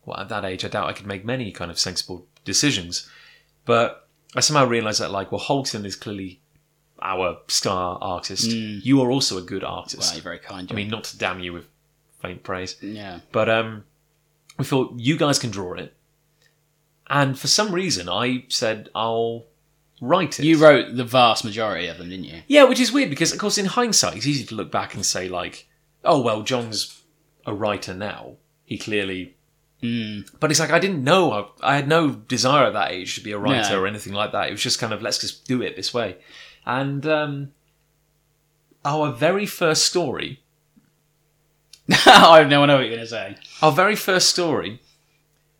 well at that age I doubt I could make many kind of sensible decisions, but I somehow realised that like well Holton is clearly our star artist. Mm. You are also a good Wow, artist. you're very kind. I mean, not to damn you with faint praise, yeah. but um, we thought you guys can draw it, and for some reason I said I'll write it. You wrote the vast majority of them, didn't you? Yeah, which is weird because, of course, in hindsight, it's easy to look back and say, like, oh, well, John's a writer now. He clearly. Mm. But it's like, I didn't know. I, I had no desire at that age to be a writer No. or anything like that. It was just kind of, let's just do it this way. And um, our very first story, I know, I know what you're going to say. our very first story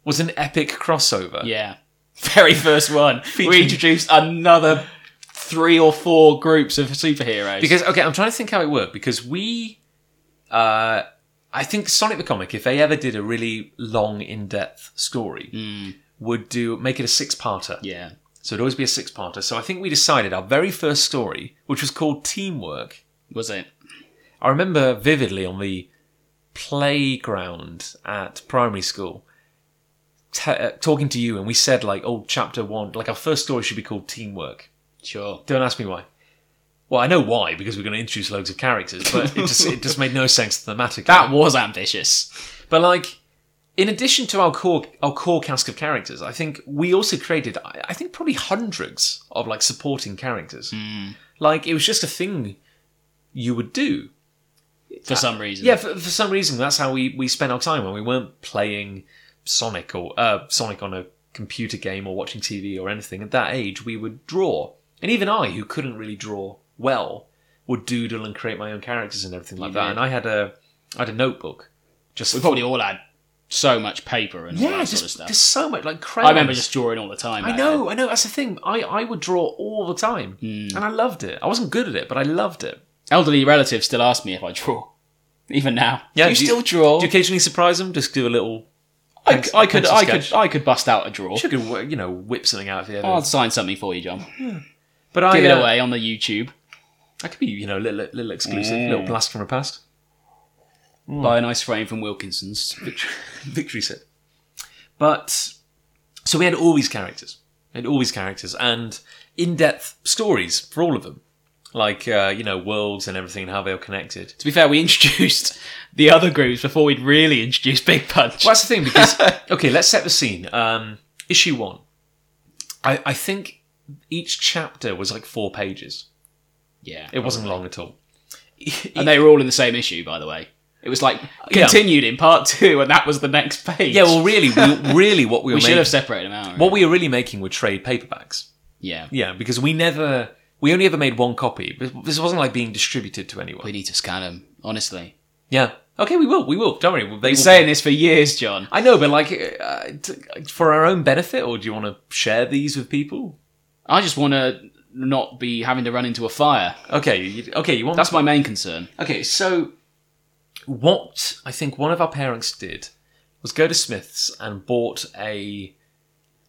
was an epic crossover. Yeah. Very first one. Featuring- we introduced another three or four groups of superheroes. Because okay, I'm trying to think how it worked because we, uh, I think Sonic the Comic, if they ever did a really long, in-depth story, would do make it a six-parter. yeah. So it'd always be a six-parter. So I think we decided our very first story, which was called Teamwork. Was it? I remember vividly on the playground at primary school. T- uh, talking to you, and we said like, "Oh, chapter one, like our first story should be called teamwork." Sure. Don't ask me why. Well, I know why because we're going to introduce loads of characters, but it just it just made no sense thematically. That was ambitious. but like, in addition to our core our core cast of characters, I think we also created I I think probably hundreds of like supporting characters. Like it was just a thing you would do. For some reason. Ah, Yeah, for, for some reason that's how we we spent our time when we weren't playing Sonic or uh, Sonic on a computer game or watching TV or anything. At that age, we would draw, and even I, who couldn't really draw well, would doodle and create my own characters and everything like You that. did. And I had a I had a notebook. Just We probably all had so much paper and all yeah, that just sort of stuff. just so much like crayons. I remember just drawing all the time. I back know, I know. That's the thing. I, I would draw all the time, and I loved it. I wasn't good at it, but I loved it. then. Elderly relatives still ask me if I draw. Even now. Yeah, Do you do you- still draw? Do you occasionally surprise them? Just do a little. I, I could, pencil I sketch? could, I could bust out a draw. Should you know whip something out of the I'll sign something for you, John. But I Give uh, it away on the YouTube. That could be you know little little exclusive, Mm. little blast from the past. Buy a nice frame from Wilkinson's. Victory set. But so we had all these characters, and all these characters, and in-depth stories for all of them, like uh, you know worlds and everything and how they all connected. To be fair, we introduced the other groups before we'd really introduced Big Punch. Well, that's the thing because okay, let's set the scene. Um, issue one. I, I think each chapter was like four pages. Yeah. It wasn't long at all. And they were all in the same issue, by the way. It was like continued in part two, and that was the next page. Yeah, well, really, we, really, what we were we should making, have separated them out. what we were really making were trade paperbacks. yeah. Yeah, because we never, we only ever made one copy. But This wasn't like being distributed to anyone. We need to scan them, honestly. Yeah. Okay, we will. We will. Don't worry. They will. Been saying this for years, John. I know, but like, uh, t- for our own benefit, or do you want to share these with people? I just want to not be having to run into a fire. Okay. You, okay. You want? That's my main concern. okay. So, what I think one of our parents did was go to Smith's and bought a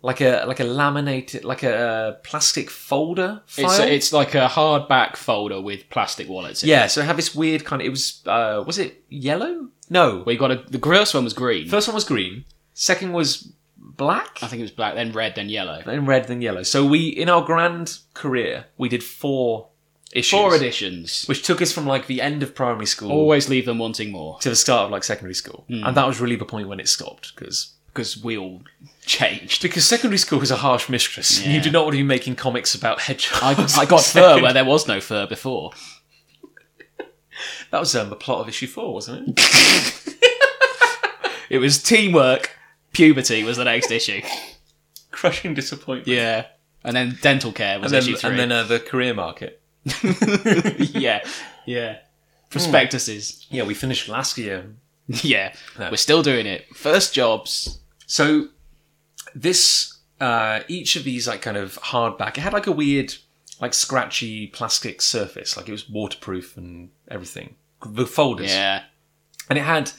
like a like a laminated like a uh, plastic folder file. It's, it's like a hardback folder with plastic wallets. In it. yeah, so it had this weird kind of. It was uh, was it yellow? No, We got a the first one was green. first one was green. Second was black. I think it was black, then red, then yellow. Then red, then yellow. So we in our grand career we did four issues, Four editions. which took us from like the end of primary school Always Hmm. leave them wanting more to the start of like secondary school, and that was really the point when it stopped because. because we all changed. Because secondary school is a harsh mistress. You Yeah. do not want to be making comics about I, hedgehogs. I got fur Second- where there was no fur before. That was um, the plot of issue four, wasn't it? It was teamwork. Puberty was the next issue. Crushing disappointment. Yeah. And then dental care was and then, issue three. and then uh, the career market. yeah. Yeah. Prospectuses. Yeah, we finished last year. Yeah. No. We're still doing it. First jobs. So this, uh, each of these like kind of hardback, it had like a weird, like scratchy plastic surface, like it was waterproof and everything. The folders, Yeah. and it had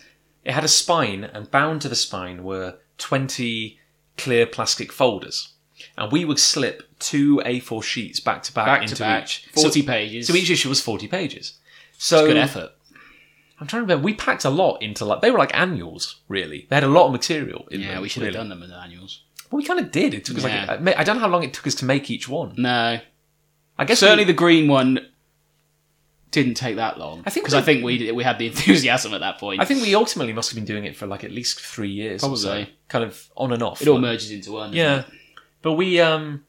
it had a spine, and bound to the spine were twenty clear plastic folders, and we would slip two A4 sheets back to back, Back into to back. each. So- 40 pages. So each issue was forty pages. So Good effort. I'm trying to remember. We packed a lot into like they were like annuals, really. They had a lot of material. In Yeah, them, we should have really. done them in the annuals. Well, we kind of did. It took us Yeah. like a- I don't know how long it took us to make each one. No. I guess Certainly we- the green one didn't take that long. I think Because I we- think we, we had the enthusiasm at that point. I think we ultimately must have been doing it for like at least three years, or Probably. so, kind of on and off. it all merges into one. yeah, but we um,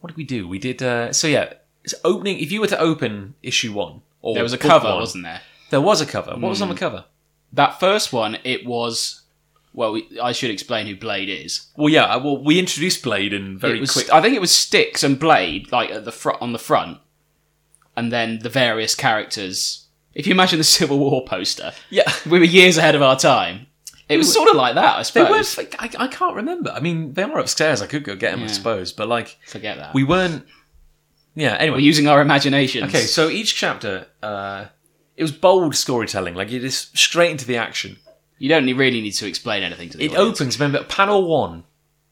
what did we do? We did uh, so yeah. It's opening. If you were to open issue one, or There was a book cover, one- wasn't Hmm. there? there was a cover. What was on the cover? That first one, it was. Well, we, I should explain who Blade is. Well, yeah. I- Well, we introduced Blade in very It was- quick. I think it was sticks and blade, like at the front on the front, and then the various characters. If you imagine the Civil War poster, Yeah. we were years ahead of our time. It was sort of like that, I They suppose. were. Like, I, I can't remember. I mean, they are upstairs. I could go get them, I Yeah. suppose. But like, Forget that. We we weren't. Yeah. were Anyway. using our imaginations. Okay. So each chapter, uh, it was bold storytelling. Like you just straight into the action. you don't need- really need to explain anything to the It audience. opens. Remember, panel one,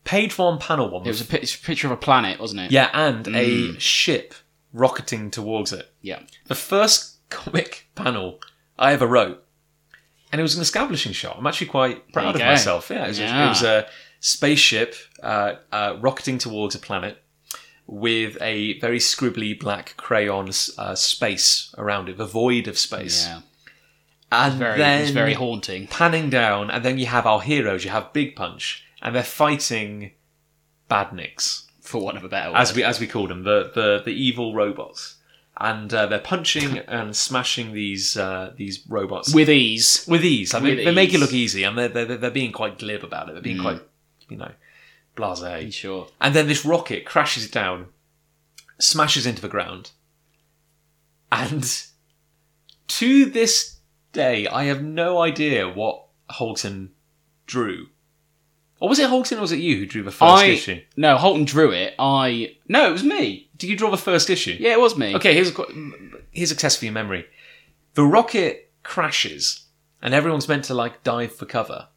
page one, panel one. It was a pic- picture of a planet, wasn't it? yeah, and Hmm. a ship rocketing towards it. Yeah. The first comic panel I ever wrote, and it was an establishing shot. I'm actually quite proud of There you go. myself. Yeah, it was, A, Yeah. it was a spaceship uh, uh, rocketing towards a planet with a very scribbly black crayon uh, space around it, the void of space. Yeah. And Very, then it was very haunting. panning down, and then you have our heroes. You have Big Punch, and they're fighting badniks, For want of a better word. as we as we called them, the the, the evil robots, and uh, they're punching and smashing these uh, these robots with ease. with ease. Like, they, with they make it ease. Mm. look easy, and they're, they're they're being quite glib about it. They're being quite you know blasé. Sure. And then this rocket crashes down, smashes into the ground, and to this day, I have no idea what Holton drew. Or was it Holton or was it you who drew the first I issue? no, Holton drew it. I no, it was me. Did you draw the first issue? Yeah, it was me. Okay, here's a, qu- here's a test for your memory. The rocket crashes, and everyone's meant to like dive for cover.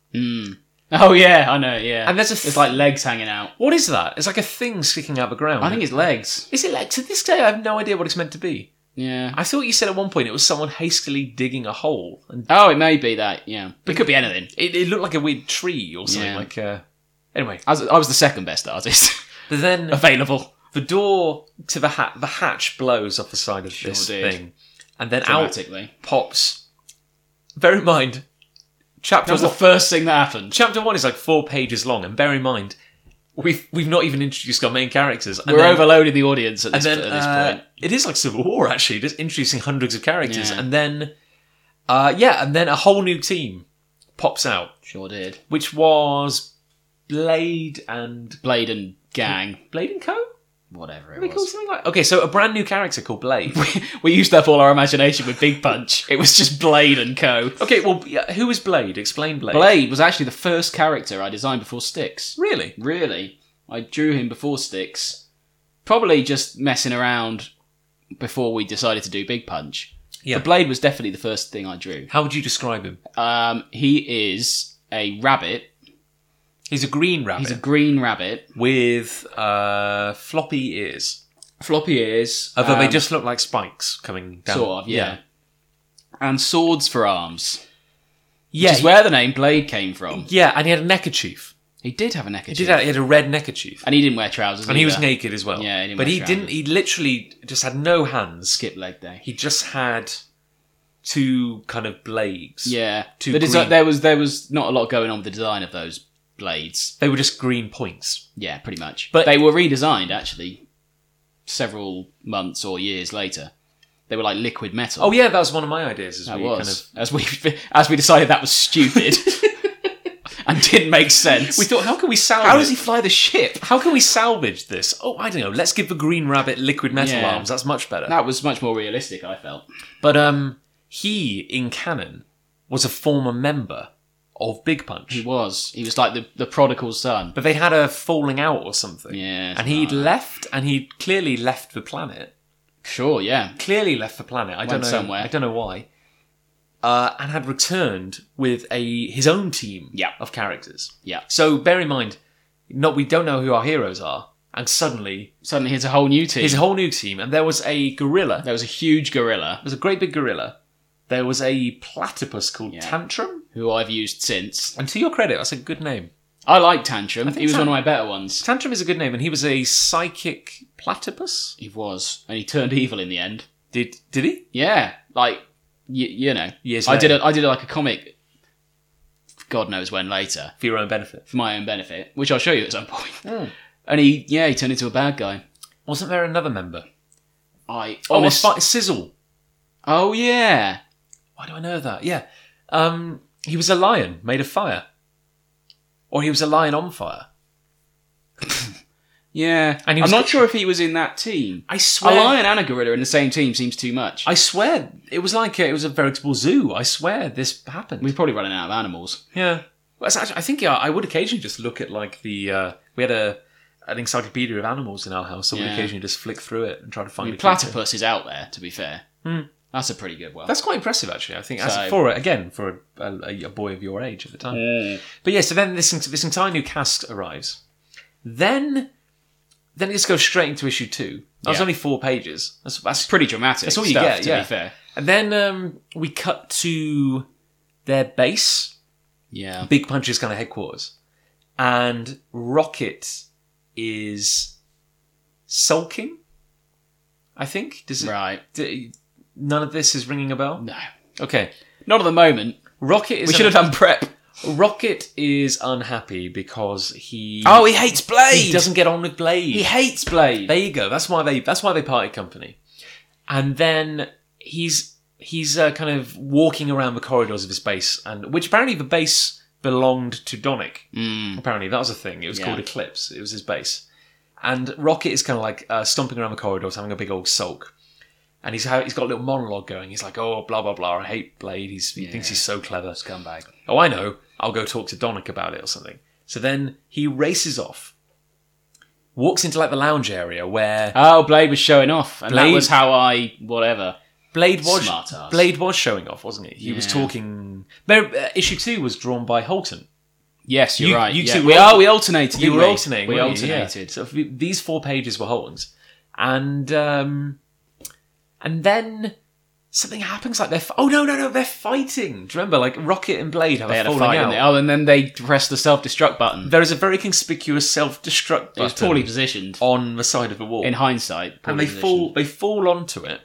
Oh yeah, I know. Yeah, And there's a it's like legs hanging out. What is that? It's like a thing sticking out of the ground. I think it's legs. is it like to this day? I have no idea what it's meant to be. Yeah. I thought you said at one point it was someone hastily digging a hole, and Oh, it may be that. Yeah, it could be anything. it, it looked like a weird tree or something. Yeah. Like uh, anyway, I was, I was the second best artist but then available. the door to the hat the hatch blows off the side of this did. thing and then out Dramatically, pops bear in mind chapter that was the one, first thing that happened. chapter one is like four pages long and bear in mind we've we've not even introduced our main characters and We're then, overloading the audience at and this, then at this uh, point. it is like civil war actually just introducing hundreds of characters Yeah. and then uh yeah and then a whole new team pops out Sure did. which was blade and Blade and gang, blade and co whatever They it called was. something like okay so a brand new character called blade We used up all our imagination with Big Punch. it was just Blade and Co. Okay, well, yeah, who is Blade? Explain Blade. Blade was actually the first character I designed before Sticks. Really? Really, I drew him before Sticks, probably just messing around before we decided to do Big Punch. Yeah. But Blade was definitely the first thing I drew. How would you describe him? Um, he is a rabbit He's a green rabbit He's a green rabbit, with uh, floppy ears. floppy ears, Although they um, just look like spikes coming down. sort of yeah. and swords for arms, Yeah, which is he- where the name Blade came from. yeah, and he had a neckerchief. He did have a neckerchief, He did have, he had a red neckerchief. and he didn't wear trousers. And he was either. naked as well. Yeah, he didn't but wear he trousers. didn't. He literally just had no hands. skip leg day. He just had two kind of blades. Yeah, Too the desi- green. there was there was not a lot going on with the design of those blades. they were just green points. Yeah, pretty much. But- But they were redesigned actually several months or years later. They were like liquid metal. Oh yeah, that was one of my ideas. As that we was kind of as we as we decided that was stupid and didn't make sense. we thought, how can we salvage? How does he fly the ship? How can we salvage this? Oh, I don't know. Let's give the Green Rabbit liquid metal Yeah. arms. That's much better. That was much more realistic. I felt. But um, he in canon was a former member of Big Punch. He was. He was like the, the prodigal son. But they'd had a falling out or something. Yeah. And he'd left, and he'd clearly left the planet. Sure, yeah. Clearly left the planet. I don't Went know. somewhere. I don't know why. Uh, and had returned with a his own team Yeah. of characters. Yeah. So bear in mind, not we don't know who our heroes are, and suddenly Suddenly here's a whole new team. here's a whole new team. And there was a gorilla. There there was a huge gorilla was a great big gorilla. There was a platypus called Tantrum. who I've used since. And to your credit, that's a good name. I like Tantrum. think He was Tan- one of my better ones. Tantrum is a good name, and he was a psychic platypus. He was, and he turned evil in the end. Did did he? Yeah, like you, you know, Years I did. later. A, I did like a comic. God knows when later For your own benefit. for my own benefit, which I'll show you at some point. And he, yeah, he turned into a bad guy. Wasn't there another member? I Oh, honest. it's Fi- Sizzle. oh yeah, Why do I know that? Yeah. Um, he was a lion made of fire. Or he was a lion on fire. yeah. And he was I'm not go- sure if he was in that team. I A swear. lion and a gorilla in the same team seems too much. I swear. It was like a, it was a veritable zoo. I swear this happened. We're probably running out of animals. yeah. Well, it's actually- I think yeah, I would occasionally just look at like the. Uh, we had a an encyclopedia of animals in our house, so we'd Yeah. occasionally just flick through it and try to I find mean, a creature. platypus is out there, to be fair. Hmm. That's a pretty good one. That's quite impressive, actually. I think as So- for again for a, a, a boy of your age at the time. But yeah, so then this this entire new cast arrives. Then, then it just goes straight into issue two. That was Yeah. only four pages. That's, that's pretty dramatic. That's all all you you stuff, get, to yeah. be fair. and then um, we cut to their base, Yeah. Big Punch's kind of headquarters, and Rocket is sulking. I think does it, Right. d- none of this is ringing a bell. No. Okay, Not at the moment. Rocket is We should have done prep. Rocket is unhappy because Oh, he he hates Oh, Blade. he doesn't get on with Blade. He hates Blade. There you go. That's why they. That's why they parted company. And then he's he's uh, kind of walking around the corridors of his base, and which apparently the base belonged to Donick. Mm. Apparently that was a thing. It was Yeah. called Eclipse. It was his base. And Rocket is kind of like uh, stomping around the corridors, having a big old sulk. And he's ha- he's got a little monologue going. He's like, "Oh, blah blah blah. I hate Blade. He's, he thinks he's so clever." Scumbag. oh, I know, I'll go talk to Donick about it or something. So then he races off, walks into like the lounge area where Oh, Blade was showing off, and Blade- that was how I whatever. Blade was Smartass. Blade was showing off, wasn't he? He was Yeah. talking. There, uh, issue two was drawn by Holton. Yes, you're You- right. you yeah. two we were- are. We alternated. You didn't were we? alternating. We weren't you? Yeah. alternated. So th- these four pages were Holton's, and um, and then something happens. Like they're f- oh no no no they're fighting. Do you remember like Rocket and Blade have They a had a falling fight. out. didn't they? Oh, and then they pressed the self destruct button. There is a very conspicuous self-destruct It was button poorly positioned. on the side of the wall. In hindsight, and they poorly positioned. fall they fall onto it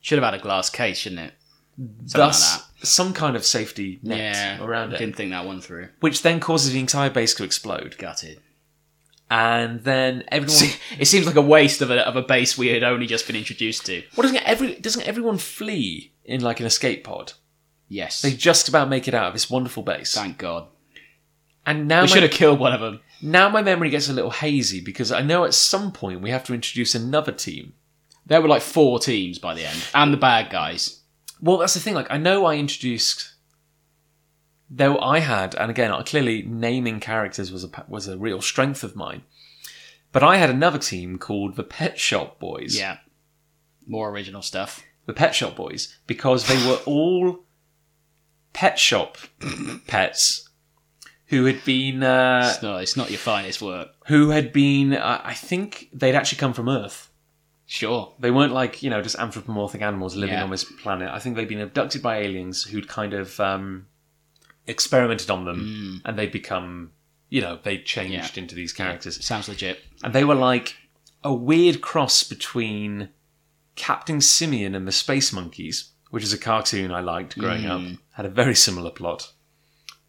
Should have had a glass case, shouldn't it? Something like thus some kind of safety net yeah. around it Didn't think that one through. which then causes the entire base to explode Gutted. and then everyone It seems like a waste of a, of a base we had only just been introduced to. well, doesn't every doesn't everyone flee in like an escape pod Yes. they just about make it out of this wonderful base Thank God. and now We should my, have killed one of them. now my memory gets a little hazy because I know at some point we have to introduce another team There were like four teams by the end, and the bad guys. well that's the thing like I know I introduced though I had and again I clearly naming characters was a pa- was a real strength of mine but I had another team called the Pet Shop Boys Yeah. More original stuff. the Pet Shop Boys because they were all pet shop pets who had been uh, It's not, it's not your finest work. who had been uh, I think they'd actually come from Earth. Sure. They weren't like you know just anthropomorphic animals living Yeah. on this planet. I think they'd been abducted by aliens who'd kind of um, experimented on them, and they'd become you know they changed into these characters. Sounds legit. and they were like a weird cross between Captain Simeon and the Space Monkeys, which is a cartoon I liked growing Hmm. up. Had a very similar plot,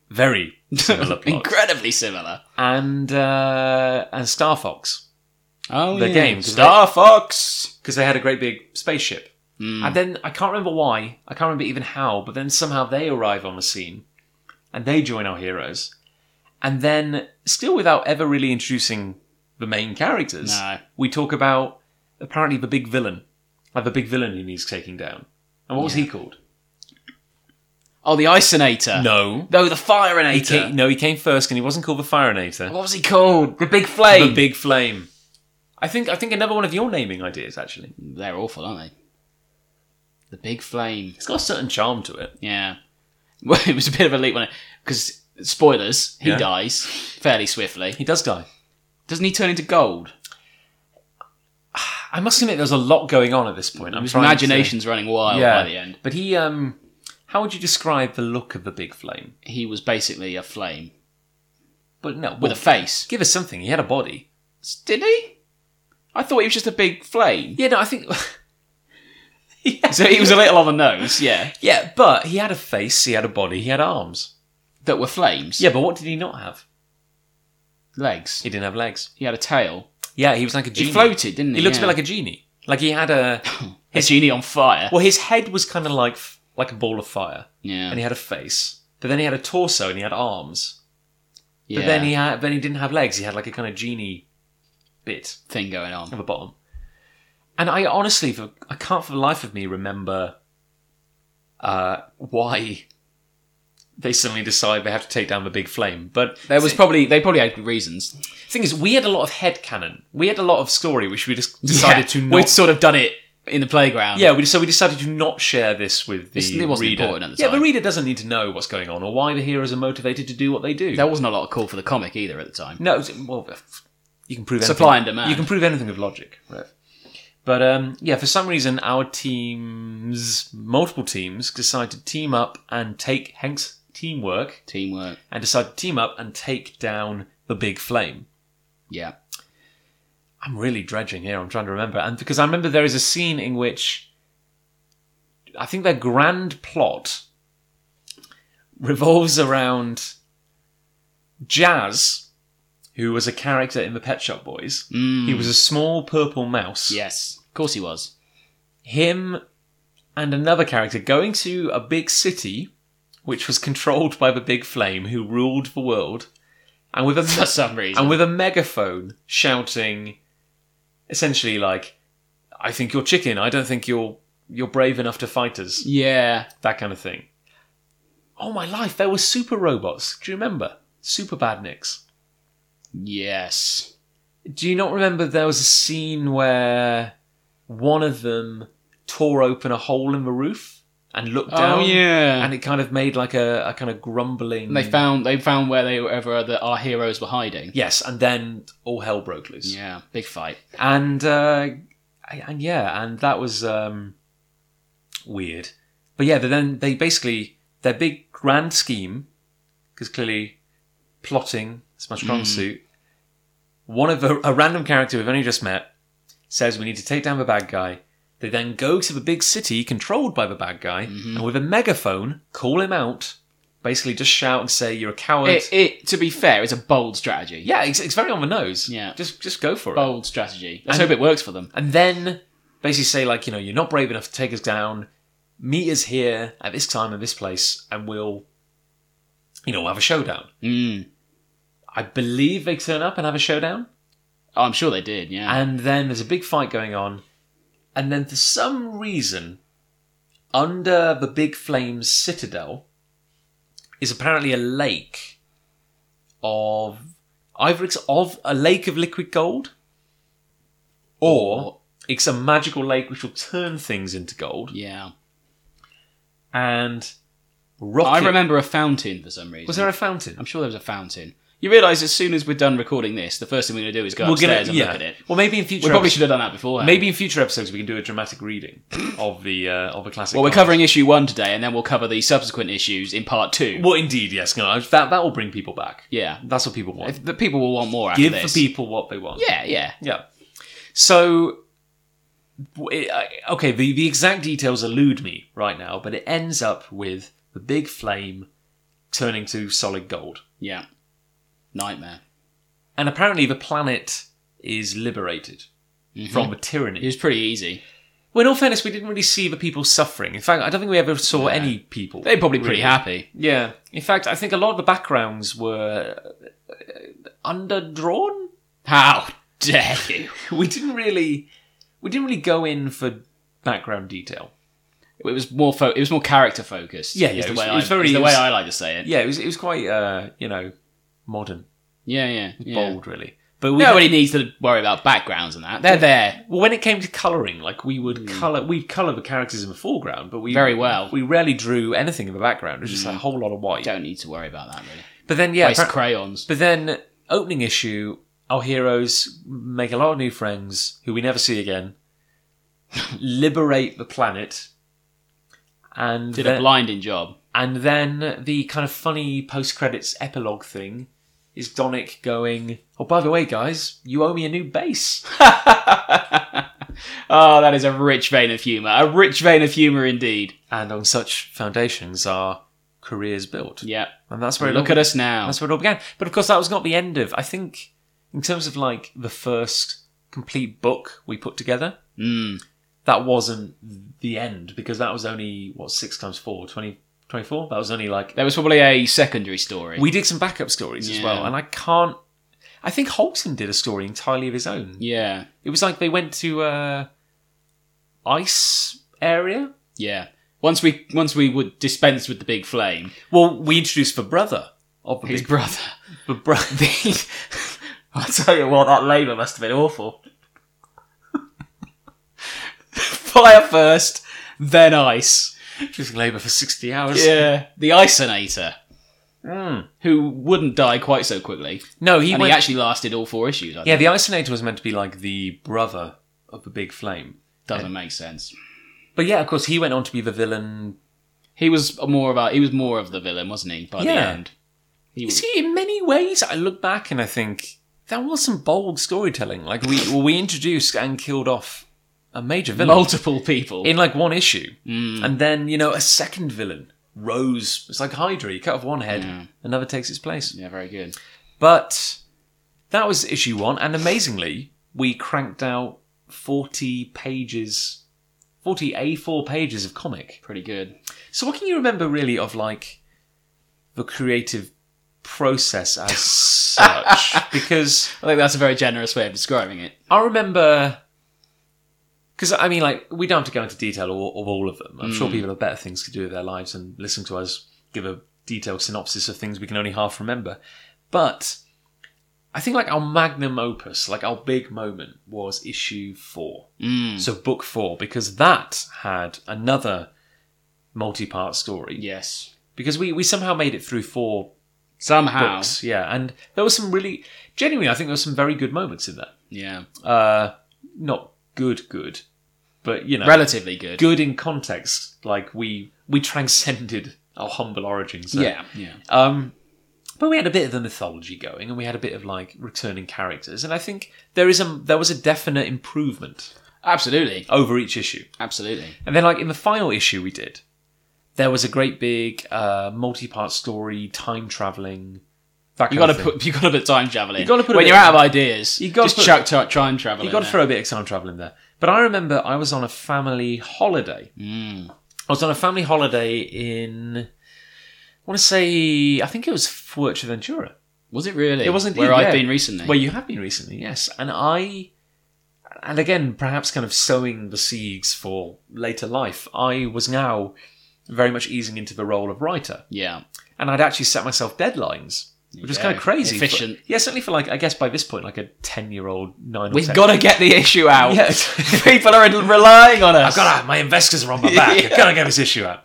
very similar plot, Incredibly similar. and uh, and Star Fox Oh, The yeah. game, 'cause Star Fox. Hmm. because they had a great big spaceship. And then I can't remember why, I can't remember even how, but then somehow they arrive on the scene and they join our heroes. And then, still without ever really introducing the main characters, No. we talk about apparently the big villain, like the big villain who needs taking down. And what was he called? Oh, the Uh, Isonator. No. No, the He came, Fireinator. no, he came first and he wasn't called the Firenator. What was he called? The Big Flame. The Big Flame. I think I think another one of your naming ideas actually. They're awful, aren't they? The Big Flame. It's got a certain charm to it. Yeah. Well, it was a bit of a leap when because spoilers, he Yeah. dies fairly swiftly. He does die. Doesn't he turn into gold? I must admit, there's a lot going on at this point. I'm His trying to- imagination's running wild yeah. by the end. But he, um, how would you describe the look of the big flame? He was basically a flame But no, with well, a face. give us something. He had a body. Did he? I thought he was just a big flame. Yeah, no, I think. yeah. So he was a little on the nose, yeah. yeah, but he had a face. He had a body. He had arms. That were flames. Yeah, but what did he not have? Legs. He didn't have legs. He had a tail. Yeah, he was like a He genie. floated, didn't He he? looks a Yeah. bit like a genie. Like he had a. a genie on fire. Well, his head was kind of like f- like a ball of fire, Yeah. and he had a face. But then he had a torso, and he had arms. yeah. But then he had, then he didn't have legs. He had like a kind of genie bit. thing going on. at the bottom. And I honestly, for, I can't for the life of me remember uh, why they suddenly decide they have to take down the big flame. But There was probably they probably had good reasons. the thing is, we had a lot of head canon. We had a lot of story, which we just decided to not. We'd sort of done it in the playground. yeah, we, so we decided to not share this with the It's- it wasn't reader. important at the yeah, the time. reader doesn't need to know what's going on or why the heroes are motivated to do what they do. There wasn't a lot of call for the comic either at the time. No, it's- well, f- you can prove anything. Supply and demand. You can prove anything with logic, right? But um, yeah, for some reason, our teams, multiple teams, decide to team up and take Hank's teamwork Teamwork. and decide to team up and take down the big flame. Yeah. I'm really dredging here. I'm trying to remember, and because I remember there is a scene in which I think their grand plot revolves around Jazz, who was a character in the Pet Shop Boys. Hmm. He was a small purple mouse. Mm. Yes. Of course he was. Him and another character going to a big city, which was controlled by the Big Flame, who ruled the world, and with a For some reason. and with a megaphone shouting essentially like i think you're chicken i don't think you're you're brave enough to fight us yeah. that kind of thing oh my life there were super robots do you remember super badniks Yes. do you not remember there was a scene where one of them tore open a hole in the roof and looked down Oh yeah. and it kind of made like a, a kind of grumbling And they found they found where they wherever the, our heroes were hiding. yes and then all hell broke loose Yeah. Big fight. and uh, and yeah, and that was um, weird. But yeah, but then they basically their big grand scheme, because clearly plotting is my Hmm. strong suit. One of a, a random character we've only just met says we need to take down the bad guy. They then go to the big city controlled by the bad guy, Mm-hmm. and with a megaphone, call him out. Basically, just shout and say you're a coward. It, it to be fair, it's a bold strategy. yeah, it's, it's very on the nose. Yeah. just just go for it. Bold strategy. Let's And- hope it works for them. and then basically say like you know you're not brave enough to take us down meet us here at this time and this place and we'll you know we'll have a showdown Mm. i believe they turn up and have a showdown Oh, I'm sure they did. Yeah. and then there's a big fight going on and then for some reason under the big flames citadel is apparently a lake of either it's of a lake of liquid gold or it's a magical lake which will turn things into gold yeah. and Rocket. I remember a fountain for some reason. Was there a fountain? I'm sure there was a fountain. You realise as soon as we're done recording this, the first thing we're going to do is go upstairs and look at it. Well, maybe in We future. probably episodes- should have done that before. Maybe in future episodes we can do a dramatic reading of the uh, of the classic. Well, we're art. covering issue one today, and then we'll cover the subsequent issues in part two. Well, indeed, yes. No, that that will bring people back. yeah, That's what people want. if the people will want more after Give this. the people what they want. yeah, yeah. Yeah. So, w- it- I- okay, the, the exact details elude me right now, but it ends up with the big flame turning to solid gold. Yeah. Nightmare. And apparently, the planet is liberated from the tyranny. It was pretty easy. well, in all fairness, we didn't really see the people suffering. In fact, I don't think we ever saw any people. They're probably pretty Really. happy. Yeah. In fact, I think a lot of the backgrounds were uh, underdrawn. How dare you? We didn't really, we didn't really go in for background detail. It was more fo- it was more character focused. Yeah, is yeah, the it was- way it I- was very- is the it way was- I like to say it. Yeah, it was it was quite uh, you know modern, Yeah, yeah, yeah. bold, really. But we Nobody needs to worry about backgrounds and that. They're there. well, when it came to coloring, like we would color, we'd color the characters in the foreground, but we Hmm. Very well. Hmm. We rarely drew anything in the background. It was just a whole lot of white. Don't need to worry about that really. But then, yeah, Waste appar- crayons. but then opening issue, our heroes make a lot of new friends who we never see again, liberate the planet, and Did then, a blinding job. And then the kind of funny post credits epilogue thing is Donick going, Oh, by the way, guys, you owe me a new base. Oh, that is a rich vein of humour. A rich vein of humour indeed. And on such foundations are careers built. Yeah. And that's where, it Look all, at us now. that's where it all began. But of course, that was not the end of, I think, in terms of like the first complete book we put together, Mm. that wasn't the end because that was only, what, six times four, 20, 24? That was only like There was probably a secondary story. We did some backup stories as Yeah. well, and I can't. I think Holton did a story entirely of his own. yeah. It was like they went to uh, ice area. Yeah. Once we once we would dispense with the big flame, Well, we introduced the brother of the his big, brother. the bro- the- I tell you what, that labour must have been awful. Fire first, then ice. Just labour for sixty hours. Yeah. The Isonator, Mm. who wouldn't die quite so quickly. No, he and went. he actually lasted all four issues, I yeah, think. the Isonator was meant to be like the brother of the Big Flame, Doesn't make sense. but yeah, of course, he went on to be the villain. He was more about he was more of the villain, wasn't he, by the Yeah. end. He You was see, in many ways, I look back and I think that was some bold storytelling. Like we well, we introduced and killed off a major villain multiple people. in like one issue, Mm. and then you know a second villain rose. It's like Hydra. You cut off one head, Yeah. another takes its place. Yeah, very good. But that was issue one, and amazingly, we cranked out forty pages, forty A4 pages of comic. Pretty good. So, what can you remember really of like the creative process as such? Because I think that's a very generous way of describing it. I remember, because I mean, like, we don't have to go into detail all, of all of them. I'm sure people have better things to do with their lives and listen to us give a detailed synopsis of things we can only half remember. But I think like our magnum opus, like our big moment, was issue four. Mm. So, book four, because that had another multi part story Yes. because we, we somehow made it through four Somehow. books. Yeah, and there was some really genuinely, I think there were some very good moments in there. Yeah. Uh, not good, good, but you know, Relatively good. good in context. Like we we transcended our humble origins. there. Yeah. Yeah. Um, but we had a bit of the mythology going, and we had a bit of like returning characters, and I think there is a there was a definite improvement Absolutely. over each issue. Absolutely. And then, like in the final issue we did, there was a great big uh, multi-part story, time traveling. That You kind gotta of thing. put you gotta put time travel in. You gotta put a when bit- you're out of ideas. You You gotta gotta just put- chuck tra- time travel. you in got to there. throw a bit of time travel in there. But I remember I was on a family holiday. Mm. I was on a family holiday in. I want to say I think it was Fuerteventura. Was it really? It was indeed, where yeah. I've been recently. Where you have been recently, yes. And I, and again, perhaps kind of sowing the seeds for later life, I was now very much easing into the role of writer. yeah. and I'd actually set myself deadlines, which was Yeah. kind of crazy. Efficient. For, yeah, certainly for like I guess by this point, like a ten-year-old nine. We've got to get the issue out. Yeah. People are relying on us. I've got to. My investors are on my back. I've got to get this issue out.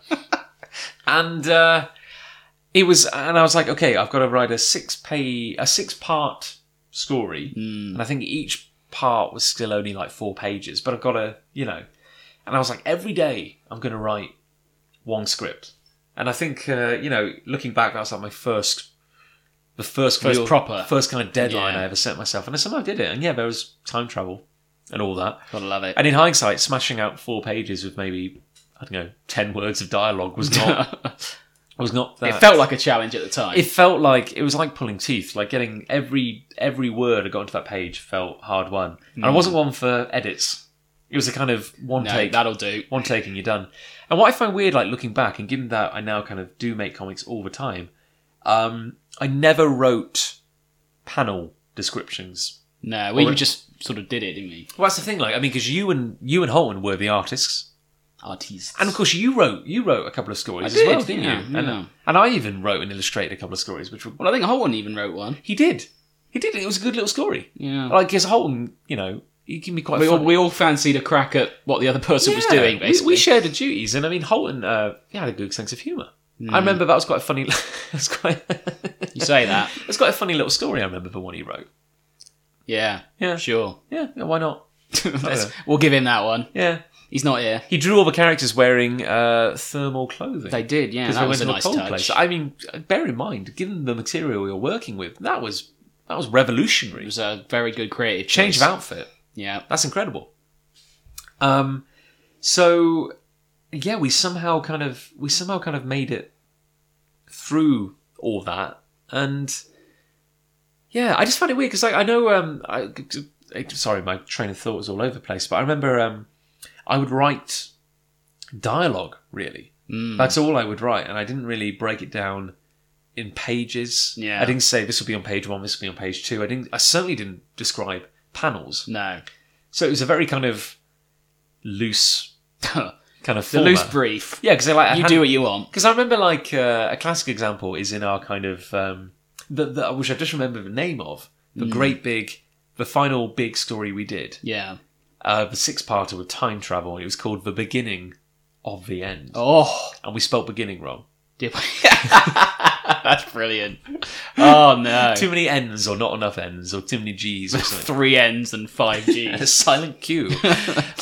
and uh, it was, and I was like, okay, I've got to write a six pay, a six part story, Hmm. and I think each part was still only like four pages, but I've got to, you know, and I was like, every day I'm going to write one script, and I think, uh, you know, looking back, that was like my first. The first, First real- proper. first kind of deadline Yeah. I ever set myself, and I somehow did it. And yeah, there was time travel and all that. Gotta love it. And in hindsight, smashing out four pages with maybe I don't know ten words of dialogue was not was not that. it felt like a challenge at the time. it felt like it was like pulling teeth. Like getting every every word I got into that page felt hard won, and I wasn't one for edits. It was a kind of one no, take, that'll do. one take, and you're done. And what I find weird, like looking back, and given that I now kind of do make comics all the time, um, I never wrote panel descriptions No, we Or- just sort of did it, didn't we? Well, that's the thing. Like, I mean, because you and you and Holman were the artists, Artists. and of course, you wrote you wrote a couple of stories I did, as well, didn't yeah, you? And, yeah. and I even wrote and illustrated a couple of stories, which were well, I think Holden even wrote one. he did, he did. It was a good little story. Yeah. Like, because Holman, you know, he can be quite. we all, funny. we all fancied a crack at what the other person was Yeah, doing, we- basically. We, shared the duties, and I mean, Holton, uh, he had a good sense of humour. Hmm. I remember that was quite a funny. it was quite. you say that. It's quite a funny little story. I remember the one he wrote. Yeah. Yeah. Sure. Yeah, yeah, why not? Let's- know. we'll give him that one. Yeah, He's not here. he drew all the characters wearing uh, thermal clothing. They did, yeah. because That we was went a to nice a cold touch. place. I mean, bear in mind, given the material we were working with, that was that was revolutionary. It was a very good creative Change of choice. outfit. Yeah. That's incredible. Um, so yeah, we somehow kind of we somehow kind of made it through all that, and yeah, I just found it weird because like I know um, I, sorry, my train of thought was all over the place, but I remember um, I would write dialogue really. Mm. That's all I would write, and I didn't really break it down in pages. Yeah. I didn't say this will be on page one, this will be on page two. I didn't. I certainly didn't describe panels. No. So it was a very kind of loose the kind of format. loose brief. yeah, because like You do what you want. Because I remember like uh, a classic example is in our kind of um, the, the which I just remember the name of Hmm. the great big the final big story we did Yeah. uh, the six parter with time travel. It was called the beginning of the end, Oh. and we spelt beginning wrong. Did we? That's brilliant. Oh, no. Too many N's or not enough N's or too many G's or something. Three N's and five a G's. silent Q.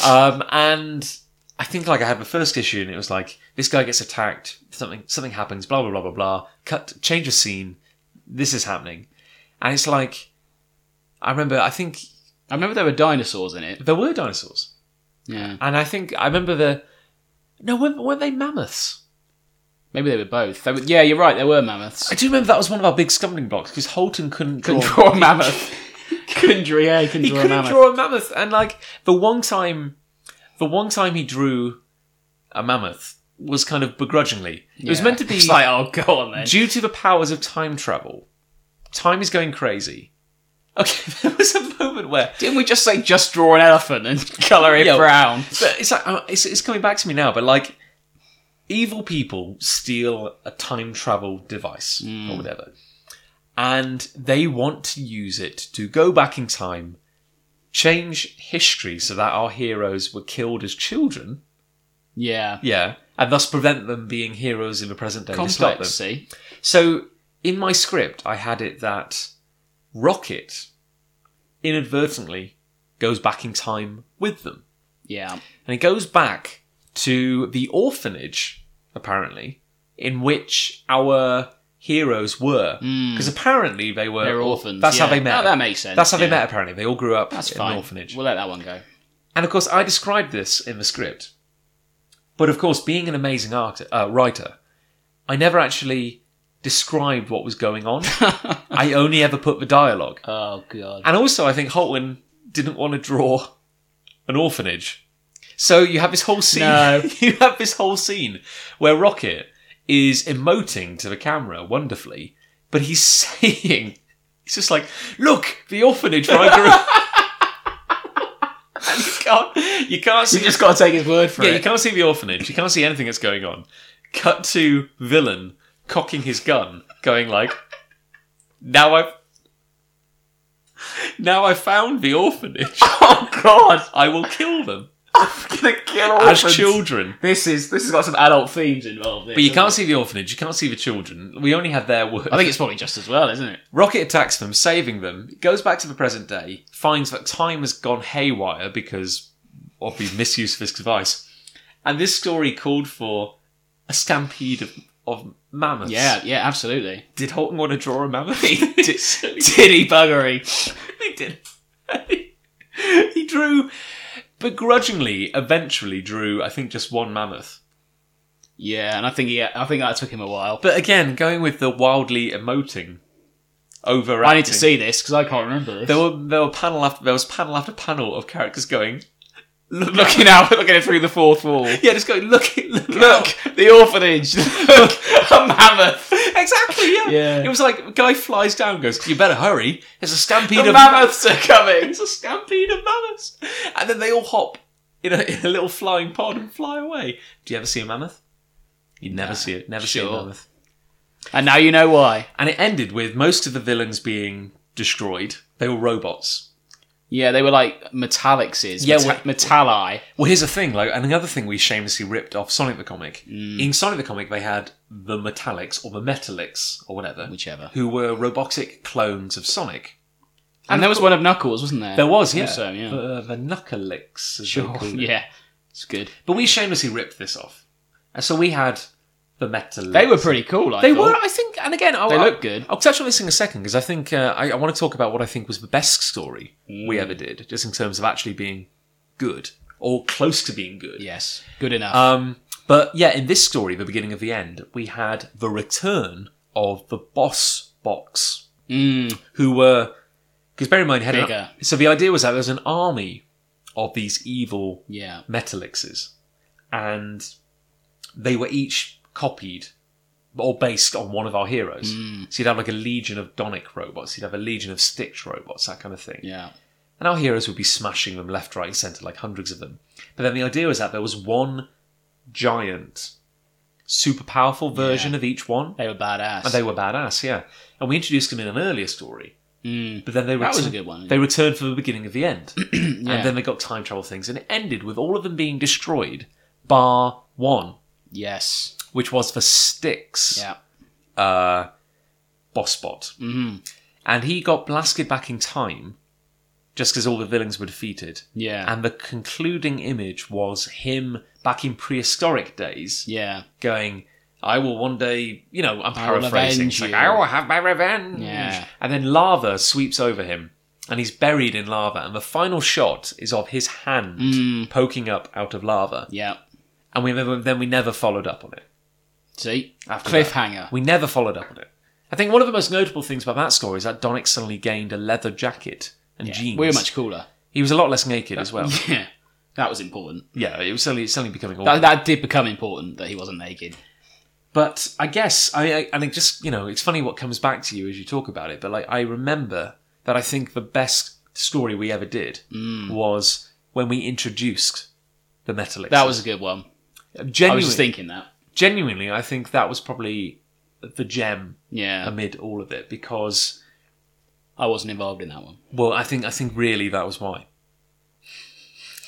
um, and I think like I had the first issue and it was like this guy gets attacked, something something happens, blah blah blah blah blah. Cut change of scene, this is happening. And it's like I remember I think I remember there were dinosaurs in it. there were dinosaurs. Yeah. And I think I remember the No, weren't, weren't they mammoths? Maybe they were both. They were, yeah, you're right. There were mammoths. I do remember that was one of our big stumbling blocks because Holton couldn't draw. Couldn't draw a mammoth. couldn't draw, yeah, he couldn't he draw a couldn't mammoth. draw a mammoth and like the one time the one time he drew a mammoth was kind of begrudgingly it was Yeah. meant to be It's like, oh, go on then. due to the powers of time travel time is going crazy okay there was a moment where Didn't we just say just draw an elephant and colour it Yo. brown? but it's like uh, it's, it's coming back to me now but like evil people steal a time travel device or whatever and they want to use it to go back in time change history so that our heroes were killed as children Yeah. yeah and thus prevent them being heroes in the present day to stop them Complex, see? so in my script i had it that rocket inadvertently goes back in time with them Yeah. and he goes back to the orphanage, apparently, in which our heroes were. Because apparently they were Hmm. They're orphans. That's how yeah. they met. Oh, that makes sense. That's how they yeah. met. Apparently, they all grew up That's in fine. an orphanage. We'll let that one go. And of course, I described this in the script. But of course, being an amazing art- uh, writer, I never actually described what was going on. I only ever put the dialogue. Oh, God. And also, I think Holtwin didn't want to draw an orphanage. So you have this whole scene. No. you have this whole scene where Rocket is emoting to the camera wonderfully, but he's saying, "He's just like, look, the orphanage where I grew up." and you can't, you can't see You just got to take his word for yeah, you it. can't see the orphanage. You can't see anything that's going on. Cut to villain cocking his gun, going like, "Now I've, now I've found the orphanage. Oh, God. I will kill them." I'm gonna kill as orphans. children. This is this has got some adult themes involved. But you can't see the orphanage. You can't see the children. We only have their work. I think it's probably just as well, isn't it? Rocket attacks them, saving them. Goes back to the present day. Finds that time has gone haywire because of the misuse of his device. And this story called for a stampede of, of mammoths. Yeah, yeah, absolutely. Did Horton want to draw a mammoth? Did- Titty buggery. he did. he drew begrudgingly. Eventually, drew I think just one mammoth. Yeah, and I think he, I think that took him a while. But again, going with the wildly emoting, overacting. I need to see this because I can't remember this. There were there were panel after there was panel after panel of characters going, look, look looking out, looking through the fourth wall. yeah, just going, look, look, Look, out." the orphanage. Look, a mammoth. Exactly, yeah. Yeah. It was like guy flies down, and goes, "You better hurry! There's a stampede The of mammoths are coming. It's a stampede of mammoths!" And then they all hop in a, in a little flying pod and fly away. Do you ever see a mammoth? You never see it. Never see a sure. mammoth. And now you know why. And it ended with most of the villains being destroyed. They were robots. Yeah, they were like Metallixes. Yeah, Meta- Metalli. Well, here's the thing, like, and another thing we shamelessly ripped off Sonic the Comic. Mm. In Sonic the Comic, they had the Metallics or the Metallics or whatever, Whichever. who were robotic clones of Sonic. And there was one of Knuckles, wasn't there? There was, yeah, Also, yeah. the, the Knucklelicks. as they called it. yeah, it's good. But we shamelessly ripped this off, and so we had the Metallics. They were pretty cool. I They thought. were, I think, and again, I'll, They I'll- look good. I'll touch on this in a second because I think uh, I, I want to talk about what I think was the best story we ever did, just in terms of actually being good or close to being good. Yes, good enough. Um, but yeah, in this story, the beginning of the end, we had the return of the boss box, Mm, who were because bear in mind, had an- Bigger. so the idea was that there was an army of these evil yeah. metalixes, and they were each copied or based on one of our heroes. Hmm. So you'd have like a legion of Donic robots, you'd have a legion of Stitch robots, that kind of thing. Yeah. And our heroes would be smashing them left, right, and centre, like hundreds of them. But then the idea was that there was one giant, super powerful version Yeah. of each one. They were badass. And they were badass, yeah. And we introduced them in an earlier story. Mm, But then they that was a retu- good one. They returned for the beginning of the end. yeah. And then they got time travel things. And it ended with all of them being destroyed, bar one, yes. which was for Styx, Yeah. uh, boss bot. hmm And he got blasted back in time just because all the villains were defeated. Yeah. And the concluding image was him back in prehistoric days yeah. going, I will one day, you know, I'm I will paraphrasing. avenge It's like, "Oh, you. I will have my revenge. Yeah. And then lava sweeps over him and he's buried in lava. And the final shot is of his hand Mm. poking up out of lava. Yeah. And we never, then we never followed up on it. See? After Cliffhanger. We never followed up on it. I think one of the most notable things about that story is that Donick suddenly gained a leather jacket and Yeah. jeans. We were much cooler. He was a lot less naked as well. Yeah. That was important. Yeah, it was suddenly, suddenly becoming awkward. That, that did become important that he wasn't naked. But I guess I, I and it just you know it's funny what comes back to you as you talk about it. But like I remember that I think the best story we ever did Mm. was when we introduced the metallic. That was a good one. genuinely, I was just thinking that. genuinely. I think that was probably the gem Yeah. amid all of it because I wasn't involved in that one. well I think I think really that was why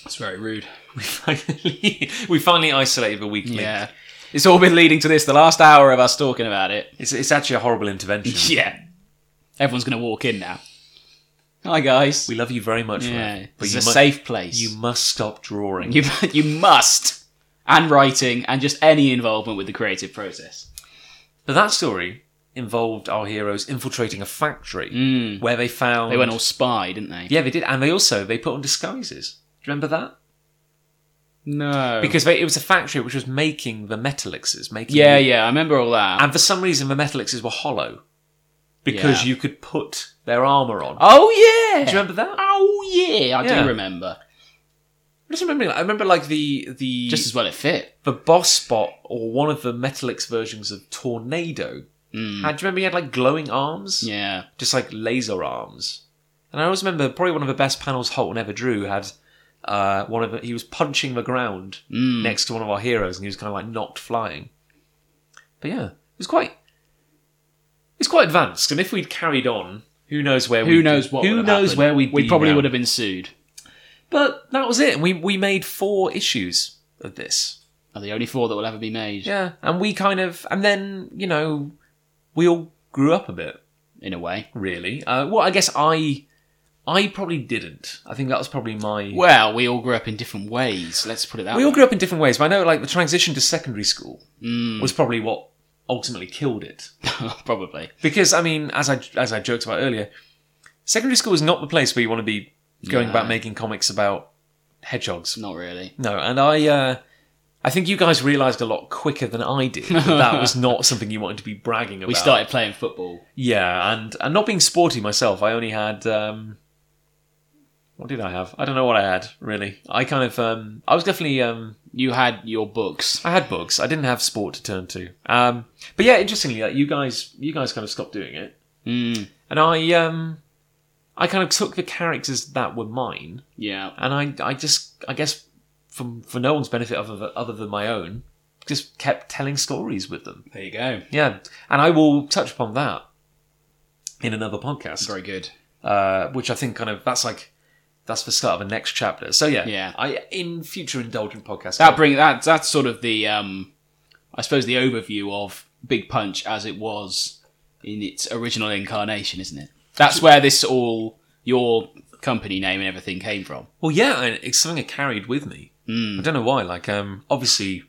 That's very rude. we finally we finally isolated the weak link. Yeah. It's all been leading to this, the last hour of us talking about it. It's it's actually a horrible intervention. Yeah. Everyone's going to walk in now. Hi, guys. We love you very much, yeah. Rev, but It's you a mu- safe place. you must stop drawing. You, you must. And writing and just any involvement with the creative process. But that story involved our heroes infiltrating a factory Mm. where they found They went all spy, didn't they? Hmm. yeah they did, and they also they put on disguises. Do you remember that? No. Because Because they, it was a factory which was making the metalixes, making yeah, yeah, I remember all that. and for some reason the metalixes were hollow because Yeah. you could put their armor on. oh yeah. Do you remember that? I Oh yeah, I Yeah. do remember. just remember. I remember like the the Just as well it fit. the boss spot or one of the metalix versions of Tornado. Mm. Had, do you remember he had like glowing arms? Yeah. just like laser arms. And I always remember probably one of the best panels Holton ever drew had uh, one of the, he was punching the ground Mm. next to one of our heroes, and he was kind of like knocked flying. But yeah, it was quite it's quite advanced. And if we'd carried on, who knows where Who we'd knows be- what? who would have knows happened. where we'd We be probably now. would have been sued. But that was it. We we made four issues of this. Are the only four that will ever be made Yeah, and we kind of and then you know we all grew up a bit. in a way. Really? Uh, well, I guess I I probably didn't. I think that was probably my. Well, we all grew up in different ways. Let's put it that we way. all grew up in different ways, but I know like the transition to secondary school Mm, was probably what ultimately killed it. probably. Because I mean, as I as I joked about earlier, secondary school is not the place where you want to be going No. about making comics about hedgehogs. Not really. No, and I uh, I think you guys realised a lot quicker than I did that, that was not something you wanted to be bragging about. We started playing football. Yeah, and and not being sporty myself, I only had um what did I have? I don't know what I had, really. I kind of um I was definitely um You had your books. I had books. I didn't have sport to turn to. Um but yeah, interestingly like, you guys you guys kind of stopped doing it. Mm, And I um I kind of took the characters that were mine yeah. and I I just I guess from for no one's benefit other than, other than my own, just kept telling stories with them. There you go. Yeah. And I will touch upon that in another podcast. Very good. uh, which I think kind of that's like that's the start of the next chapter. So yeah, Yeah. Ah, I in future indulgent podcasts. That bring that that's sort of the um, I suppose the overview of Big Punch as it was in its original incarnation, isn't it? That's where this all your company name and everything came from. well, yeah, and it's something I carried with me. Hmm. I don't know why. Like, um, obviously,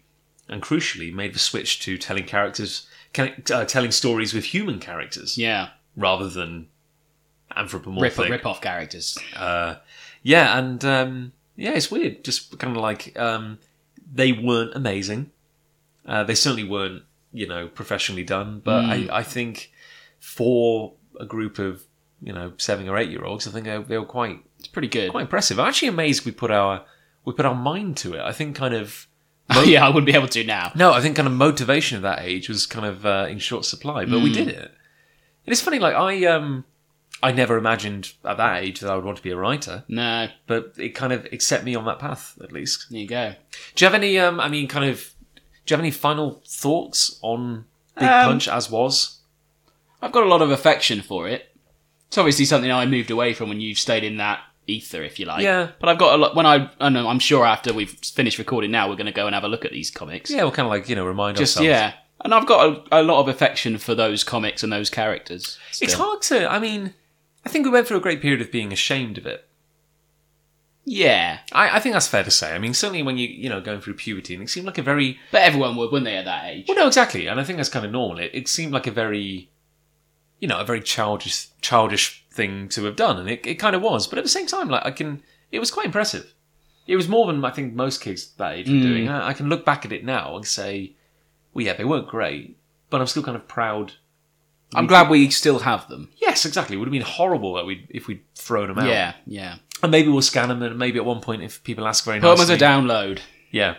and crucially, made the switch to telling characters, can- uh, telling stories with human characters Yeah. rather than Rip, anthropomorphic. rip off characters. Uh, yeah, and um, yeah, it's weird. Just kind of like um, they weren't amazing. Uh, they certainly weren't, you know, professionally done. But I, I think for a group of you know seven or eight year olds, I think they, they were quite It's pretty good. quite impressive. I'm actually amazed we put our we put our mind to it. I think kind of yeah, I wouldn't be able to now. no, I think kind of motivation at that age was kind of uh, in short supply, but we did it. And it's funny, like I um, I never imagined at that age that I would want to be a writer No. but it kind of it set me on that path at least. There you go. Do you have any? Um, I mean, kind of. Do you have any final thoughts on Big Um, Punch as was? I've got a lot of affection for it. It's obviously something I moved away from when you've stayed in that ether, if you like. Yeah. But I've got a lot. When I, I know, I'm sure after we've finished recording now, we're going to go and have a look at these comics. Yeah, well, kind of like you know remind Just ourselves. yeah. And I've got a, a lot of affection for those comics and those characters. it's still. hard to. I mean, I think we went through a great period of being ashamed of it. Yeah. I, I think that's fair to say. I mean, certainly when you you know going through puberty, and it seemed like a very But everyone would, wouldn't they, at that age? well, no, exactly, and I think that's kind of normal. It, it seemed like a very, you know, a very childish childish thing to have done, and it, it kind of was. But at the same time, like I can, it was quite impressive. It was more than I think most kids that age were Mm. doing. I, I can look back at it now and say, well, yeah, they weren't great, but I'm still kind of proud. I'm glad we still have them. Yes, exactly. It would have been horrible that we if we'd thrown them out. Yeah. Yeah. and maybe we'll scan them, and maybe at one point if people ask very Put them as nicely, a download. yeah,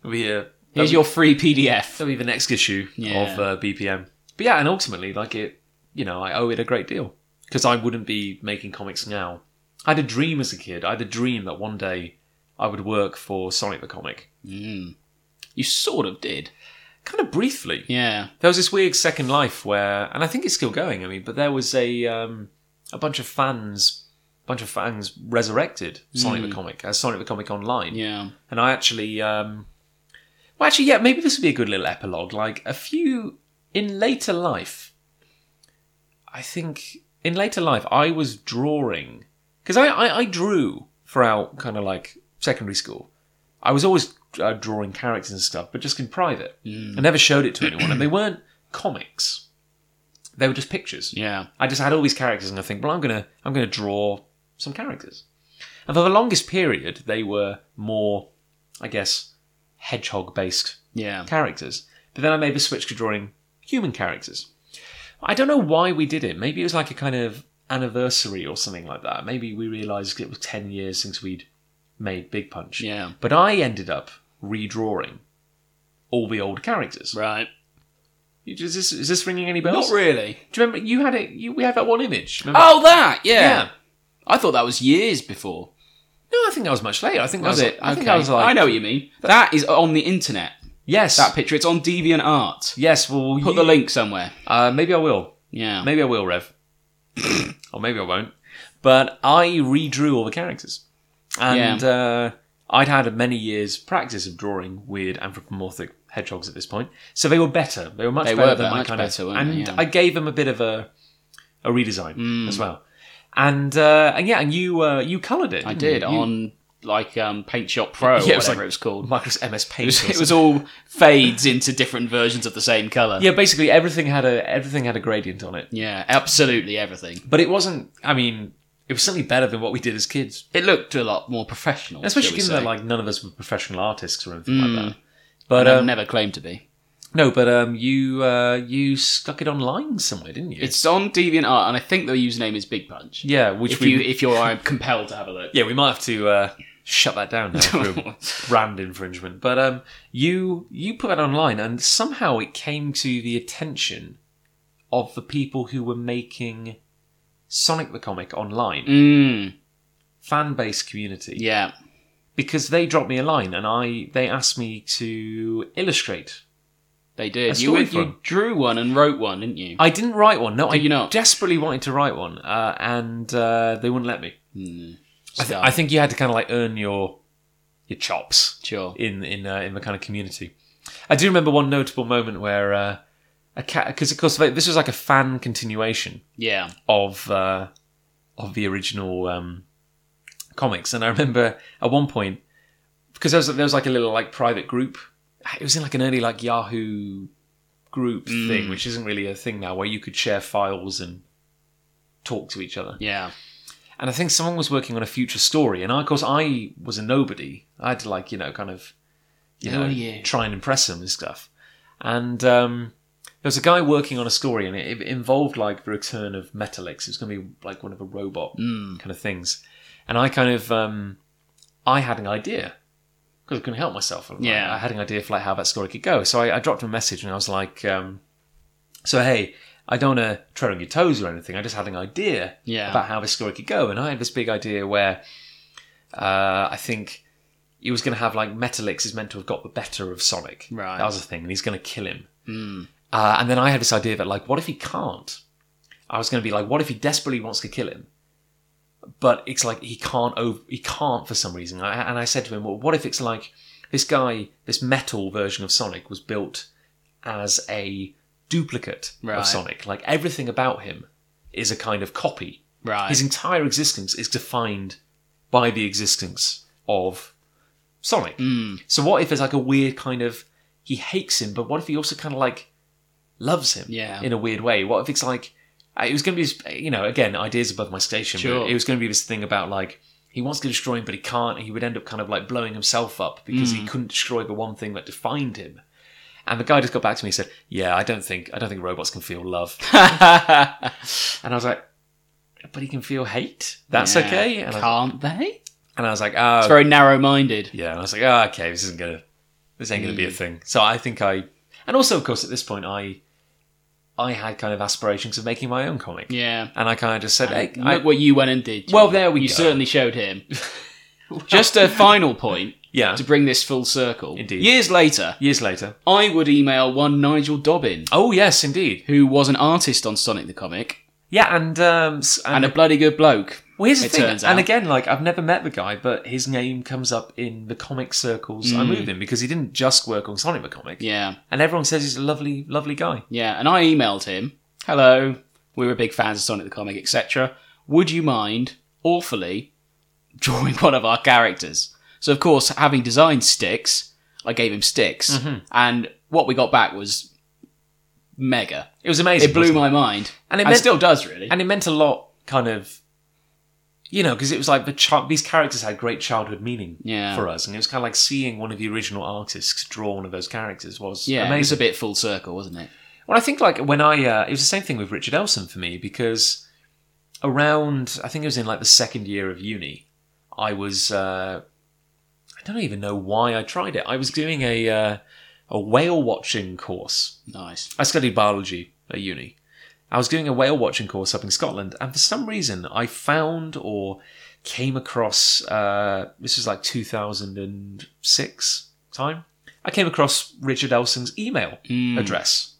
it'll be a Here's your free PDF. That'll be the next issue Yeah. of uh, BPM. But yeah, and ultimately, like it, you know, I owe it a great deal because I wouldn't be making comics now. I had a dream as a kid. I had a dream that one day I would work for Sonic the Comic, Mm. You sort of did. kind of briefly. Yeah. There was this weird second life where, and I think it's still going. I mean, but there was a um, a bunch of fans, bunch of fans resurrected Sonic the Comic as Sonic the Comic Online. Yeah. and I actually, um, well, actually, yeah, maybe this would be a good little epilogue. Like a few in later life, I think in later life I was drawing because I, I I drew throughout kind of like secondary school. I was always uh, drawing characters and stuff, but just in private. I never showed it to anyone, and they weren't comics. They were just pictures. Yeah. I just had all these characters, and I think, well, I'm gonna I'm gonna draw some characters. And for the longest period, they were more, I guess, hedgehog based Yeah. characters. But then I made the switch to drawing human characters. I don't know why we did it. Maybe it was like a kind of anniversary or something like that. Maybe we realised it was ten years since we'd made Big Punch. Yeah. But I ended up redrawing all the old characters. Right. You- Is this, is this ringing any Not bells? really. Do you remember you had it? You, we had that one image. Remember Oh, that yeah. Yeah. I thought that was years before. No, I think that was much later. I think Was that it? I think I was like. I know what you mean. That is on the internet. Yes. That picture. It's on DeviantArt. yes. Well, Put you, the link somewhere. Uh, maybe I will. Yeah. Maybe I will, Rev. or maybe I won't. But I redrew all the characters. And uh, I'd had many years' practice of drawing weird anthropomorphic hedgehogs at this point, so they were better. They were much They better were than much I kind better, of. weren't And they? Yeah. Mm. I gave them a bit of a a redesign as well. And uh, and yeah, and you uh, you coloured it. I did on like um, Paint Shop Pro or Yeah, it whatever was it was called. Microsoft MS Paint. or It was all fades into different versions of the same color. Yeah, basically everything had a everything had a gradient on it. Yeah, absolutely everything. But it wasn't. I mean, it was certainly better than what we did as kids. It looked a lot more professional, Especially given shall that we say. like none of us were professional artists or anything Mm. like that. But And I've um, never claimed to be. no, but um, you uh, you stuck it online somewhere, didn't you? It's on DeviantArt, and I think the username is Big Punch. yeah, which If we you if you're I'm compelled to have a look. yeah we might have to uh, shut that down now for brand infringement. But um, you you put that online, and somehow it came to the attention of the people who were making Sonic the Comic online Mm, fan base community. yeah. because they dropped me a line and I they asked me to illustrate. They A did. You, story you for 'em. drew one and wrote one, didn't you? I didn't write one. No, I you not? desperately wanted to write one, uh, and uh, they wouldn't let me. Mm, I, th- Stuff. I think you had to kind of like earn your your chops sure. in in uh, in the kind of community. I do remember one notable moment where uh, a cat because of course like, this was like a fan continuation Yeah. of uh, of the original um, comics, and I remember at one point because there was, there was like a little like private group. It was in like an early like Yahoo group thing, which isn't really a thing now, where you could share files and talk to each other. Yeah. And I think someone was working on a future story, and I, of course I was a nobody. I had to like you know kind of you Who know are you? try and impress them and stuff. And um, there was a guy working on a story, and it, it involved like the return of Metalix. It was going to be like one of the robot Hmm, Mm. kind of things. And I kind of um, I had an idea because I couldn't help myself. I- Yeah. I had an idea for like how that story could go. So I, I dropped him a message, and I was like, um, "So hey." I don't want to tread on your toes or anything. I just had an idea Yeah. about how this story could go. And I had this big idea where uh, I think he was going to have like Metalix is meant to have got the better of Sonic. Right. Hmm. That was the thing, and he's going to kill him. Uh, and then I had this idea that like, what if he can't? I was going to be like, what if he desperately wants to kill him? But it's like he can't over, he can't for some reason. I, and I said to him, well, what if it's like this guy, this metal version of Sonic was built as a duplicate Right. of Sonic. Like everything about him is a kind of copy Right. his entire existence is defined by the existence of Sonic. Mm. Hmm, So what if there's like a weird kind of he hates him, but what if he also kind of like loves him Yeah. in a weird way? What if it's like uh, it was going to be this, you know again ideas above my station. but Sure. It was going to be this thing about like he wants to destroy him, but he can't. And he would end up kind of like blowing himself up because Mm. he couldn't destroy the one thing that defined him. And the guy just got back to me and said, "Yeah, I don't think I don't think robots can feel love." And I was like, but he can feel hate. That's Yeah. okay. And I, Can't they? and I was like, ah, It's very narrow-minded. yeah. And I was like, ah, okay, this isn't gonna, this ain't gonna be a Mm. thing. So I think I, and also of course at this point I, I had kind of aspirations of making my own comic, Yeah. and I kind of just said, hey, Look I, what you went and did. John. Well, there we You go. certainly showed him. Just a final point yeah. to bring this full circle. Indeed. Years later, Years later. I would email one Nigel Dobbin, Oh yes, indeed. who was an artist on Sonic the Comic Yeah, and um, s- and and, a bloody good bloke. well, here's the it thing. turns out- And again, like I've never met the guy, but his name comes up in the comic circles Mm. I move in because he didn't just work on Sonic the Comic, Yeah. and everyone says he's a lovely, lovely guy. Yeah. And I emailed him, "Hello, we were big fans of Sonic the Comic, etc. Would you mind awfully drawing one of our characters?" So of course, having designed sticks, I gave him sticks, Mm-hmm. and what we got back was mega. It was amazing. It blew my mind, And and it it meant- still does really. and it meant a lot, kind of. You know, because it was like the chi- these characters had great childhood meaning Yeah. for us, and it was kind of like seeing one of the original artists draw one of those characters was yeah, it was amazing. a bit full circle, wasn't it? Well, I think like when I uh, it was the same thing with Richard Elson for me because around I think it was in like the second year of uni, I was uh, I don't even know why I tried it. I was doing a uh, a whale watching course. Nice. I studied biology at uni. I was doing a whale watching course up in Scotland, and for some reason, I found or came across uh, this was like 2006 time. I came across Richard Elson's email Hmm. address,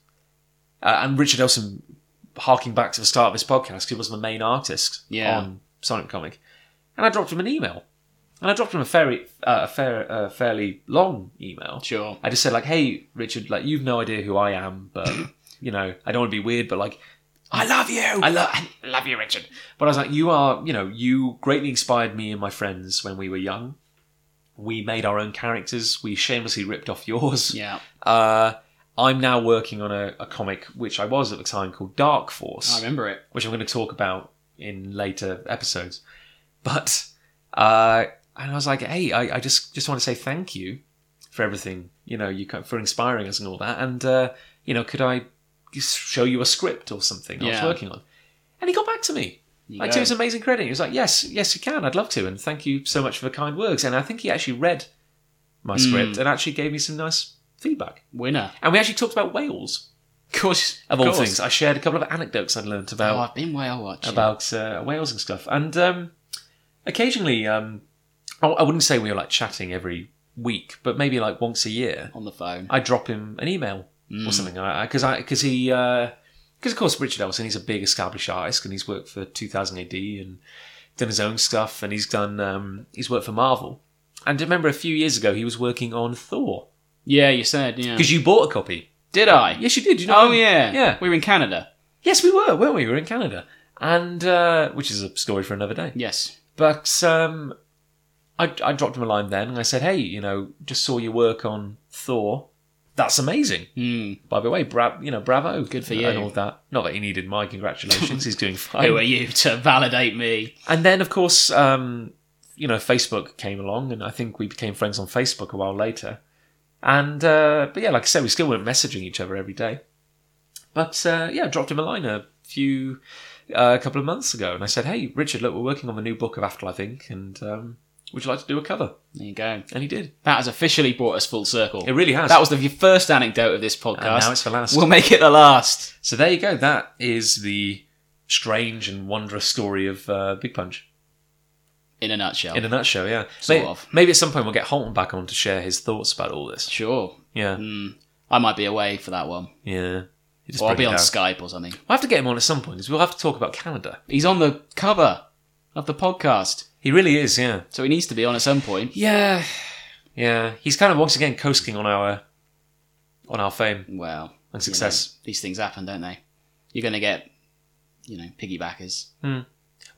uh, and Richard Elson, harking back to the start of this podcast, he was the main artist Yeah. on Sonic Comic, and I dropped him an email. And I dropped him a fairly, uh, a fair, uh, fairly long email. Sure. I just said like, "Hey, Richard, like you've no idea who I am, but you know, I don't want to be weird, but like, I love you. I love, I love you, Richard." But I was like, "You are, you know, you greatly inspired me and my friends when we were young. We made our own characters. We shamelessly ripped off yours. yeah. Uh, I'm now working on a, a comic which I was at the time called Dark Force I remember it. which I'm going to talk about in later episodes. But uh, and I was like, hey, I, I just just want to say thank you for everything, you know, you co- for inspiring us and all that. And uh, you know, could I just show you a script or something I was Yeah. working on? And he got back to me. You Like go. to his amazing credit, he was like, "Yes, yes, you can. I'd love to, and thank you so much for the kind words." And I think he actually read Hmm. my script and actually gave me some nice feedback. Winner. And we actually talked about Wales Of course. of all things. I shared a couple of anecdotes I'd learnt about Oh, I've been whale watching. about uh, whales and stuff. And um, occasionally, um, I, I wouldn't say we were like chatting every week, but maybe like once a year, on the phone. Hmm. I drop him an email or something because I because he because of course Richard Ellison he's a big established artist and he's worked for 2000 AD and done his own stuff and he's done um, he's worked for Marvel. And I remember a few years ago he was working on Thor Yeah, you said. Yeah. because you bought a copy. Did I? Yes, you did. You know Oh yeah. Yeah. We were in Canada. Yes, we were, weren't we? We were in Canada, and uh, which is a story for another day. Yes. But um, I, I dropped him a line then, and I said, "Hey, you know, just saw your work on Thor. That's amazing. Mm. By the way, bra- you know, bravo, good for and you. all that. Not that he needed my congratulations. He's doing Who are fine. you to validate me? And then, of course, um, you know, Facebook came along, and I think we became friends on Facebook a while later. And uh, but yeah, like I said, we still weren't messaging each other every day. But uh, yeah, I dropped him a line a few uh, a couple of months ago, and I said, "Hey, Richard, look, we're working on the new book of Afterlife Inc. And um, would you like to do a cover?" There you go. And he did. That has officially brought us full circle. It really has. That was the first anecdote of this podcast. and now it's the last. We'll make it the last. so there you go. That is the strange and wondrous story of uh, Big Punch In a nutshell. in a nutshell. Yeah, Sort maybe, of. maybe at some point we'll get Holton back on to share his thoughts about all this. sure. Yeah, Mm. I might be away for that one. yeah. You just Or I'll break be it on down. Skype or something. We'll have to get him on at some point because we'll have to talk about Canada. He's on the cover of the podcast, He really is. Yeah. so he needs to be on at some point. Yeah, yeah. He's kind of once again coasting on our on our fame Well, and you know, success. these things happen, don't they? You're going to get, you know, piggybackers. Well,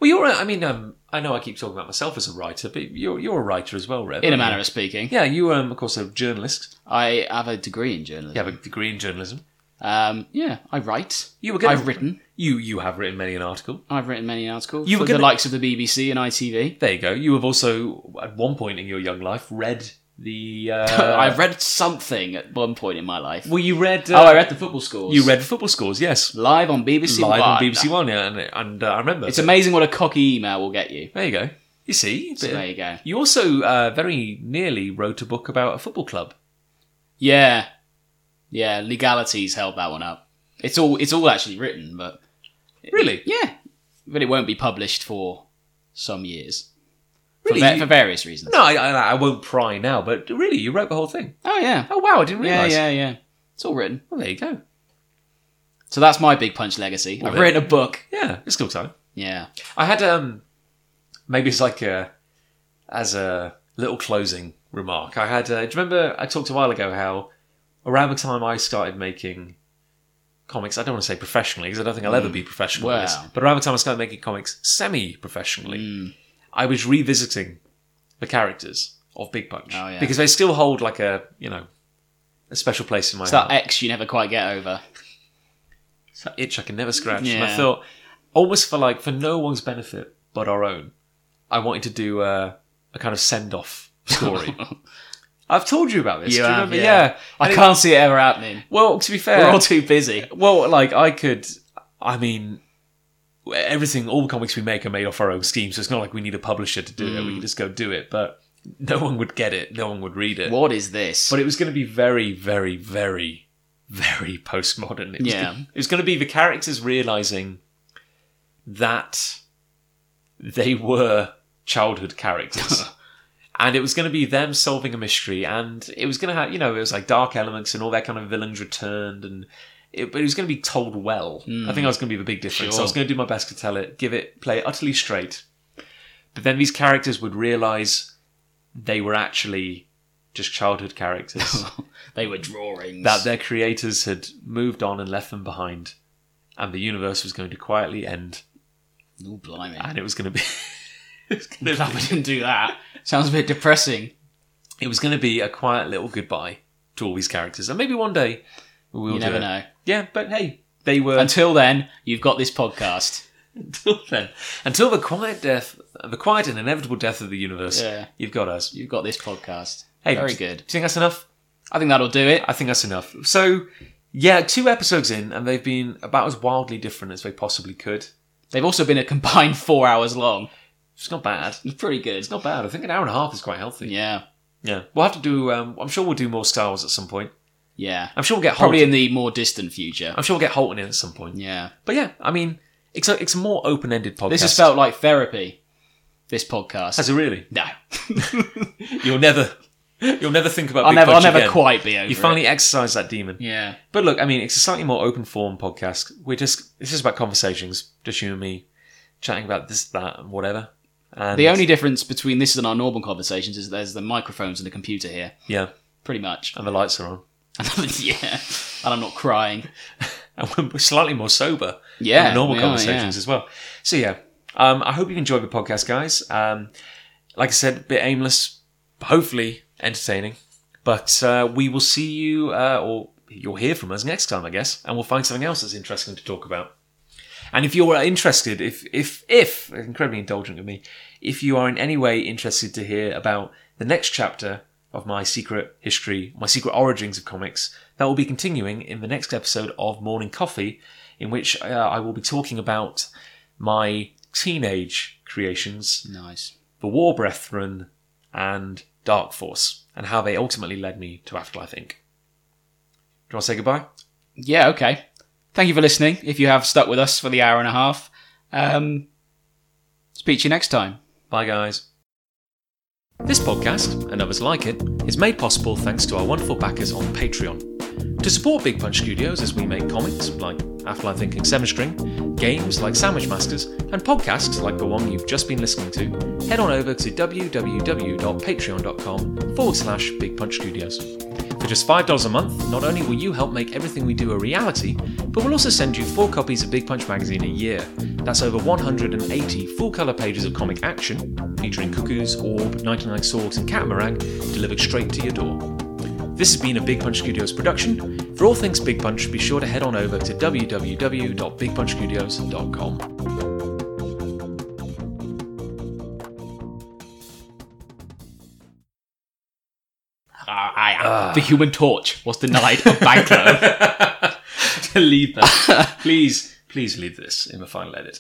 you're. a- I mean, um, I know I keep talking about myself as a writer, but you're you're a writer as well, Rev. In a aren't manner you? of speaking, Oh, Yeah, you um, of course, a journalist. I have a degree in journalism. You have a degree in journalism. Um, yeah, I write. You were gonna- I've written. You you have written many an article. I've written many articles You for were gonna- the likes of the BBC and ITV. There you go. You have also, at one point in your young life, read the. Uh, I've read something at one point in my life. Well, you read. Uh, oh, I read the football scores. You read football scores, yes, live on BBC live on One. BBC One, yeah, and, and uh, I remember. It's amazing what a cocky email will get you. there you go. You see, So there you go. You also uh, very nearly wrote a book about a football club. Yeah, yeah. Legalities held that one up. It's all it's all actually written, but Really? yeah, but it won't be published for some years Really? for, va- for various reasons. No, I, I, I won't pry now, but really, you wrote the whole thing. Oh yeah, Oh, wow, I didn't yeah, realise. yeah, yeah. It's all written. Well, there you go. So that's my big punch legacy. I've then- written a book. Yeah, it's cool time. Yeah. I had, um, maybe it's like a, as a little closing remark, I had, uh, do you remember I talked a while ago how around the time I started making comics, I don't want to say professionally, because I don't think I'll ever be professional at this, Mm. Wow. Mm. but around the time I started making comics semi-professionally, I was revisiting the characters of Big Punch Oh, yeah. because they still hold like a you know a special place in my It's heart. that X you never quite get over. It's that itch I can never scratch. And I Yeah. thought almost for like for no one's benefit but our own, I wanted to do a, a kind of send off story. I've told you about this. You do you have, remember? yeah. Yeah. I can't see it ever happening. Well, to be We're fair, all too busy. well, like I could, I mean. Everything, all the comics we make are made off our own scheme, so it's not like we need a publisher to do Mm. it. We can just go do it, but no one would get it, no one would read it. What is this? but it was going to be very, very, very, very postmodern. It was Yeah. it was going to be the characters realizing that they were childhood characters. And it was going to be them solving a mystery, and it was going to have, you know, it was like dark elements and all that kind of villains returned, and it, but it was going to be told well. I think that was going to be the big difference. Mm. Sure. I was going to do my best to tell it, give it, play it utterly straight. But then these characters would realize they were actually just childhood characters they were drawings. that their creators had moved on and left them behind, and the universe was going to quietly end, oh, blimey. and it was going to be. it was I'm going to glad be we didn't do that. Sounds a bit depressing. it was going to be a quiet little goodbye to all these characters, and maybe one day we'll you do never it. know. Yeah, but hey, they were Until then, you've got this podcast. until then, until the quiet death, the quiet and inevitable death of the universe. Yeah. You've got us. You've got this podcast. Hey, Very d- good. Do you think that's enough? I think that'll do it. I think that's enough. So, yeah, two episodes in, and they've been about as wildly different as they possibly could. They've also been a combined four hours long. It's not bad. It's pretty good. It's not bad. I think an hour and a half is quite healthy. Yeah. Yeah. We'll have to do. Um, I'm sure we'll do more Star Wars at some point. Yeah. I'm sure we'll get Probably Holton. in the more distant future. I'm sure we'll get Holton in at some point. Yeah. But yeah, I mean, it's a it's a more open ended podcast. This has felt like therapy, this podcast. Has it really? no. You'll never. You'll never think about. I'll Big never, I'll Punch never again. quite be over You it. finally exercise that demon. Yeah. But look, I mean, it's a slightly more open form podcast. We're just this is about conversations, just you and me, chatting about this, that, and whatever. And The only difference between this and our normal conversations is there's the microphones and the computer here. yeah, Pretty much. and the lights are on, yeah. And I'm not crying. and we're slightly more sober Yeah. than the normal we are, conversations as well. So yeah, um, I hope you've enjoyed the podcast, guys. Um, like I said, a bit aimless, hopefully entertaining, but uh, we will see you uh, or you'll hear from us next time, I guess, and we'll find something else that's interesting to talk about. And if you're interested, if if if incredibly indulgent of me, if you are in any way interested to hear about the next chapter of my secret history, my secret origins of comics, that will be continuing in the next episode of Morning Coffee, in which uh, I will be talking about my teenage creations, yeah. Nice. the War Brethren, and Dark Force, and how they ultimately led me to Afterlife Inc. Do you want to say goodbye? Yeah, okay. Thank you for listening. If you have stuck with us for the hour and a half, um, speak to you next time. Bye, guys. This podcast, and others like it, is made possible thanks to our wonderful backers on Patreon. To support Big Punch Studios as we make comics like Afterlife Thinking 7 String, games like Sandwich Masters, and podcasts like the one you've just been listening to, head on over to www.patreon.com forward slash Big Punch Studios. For just $5 a month, not only will you help make everything we do a reality, but we'll also send you four copies of Big Punch magazine a year. That's over 180 full colour pages of comic action, featuring cuckoos, orb, 99 swords, and catamaran, delivered straight to your door. This has been a Big Punch Studios production. For all things Big Punch, be sure to head on over to www.bigpunchstudios.com. Ah, I am the human torch was denied a bank loan. leave that. please, please leave this in the final edit.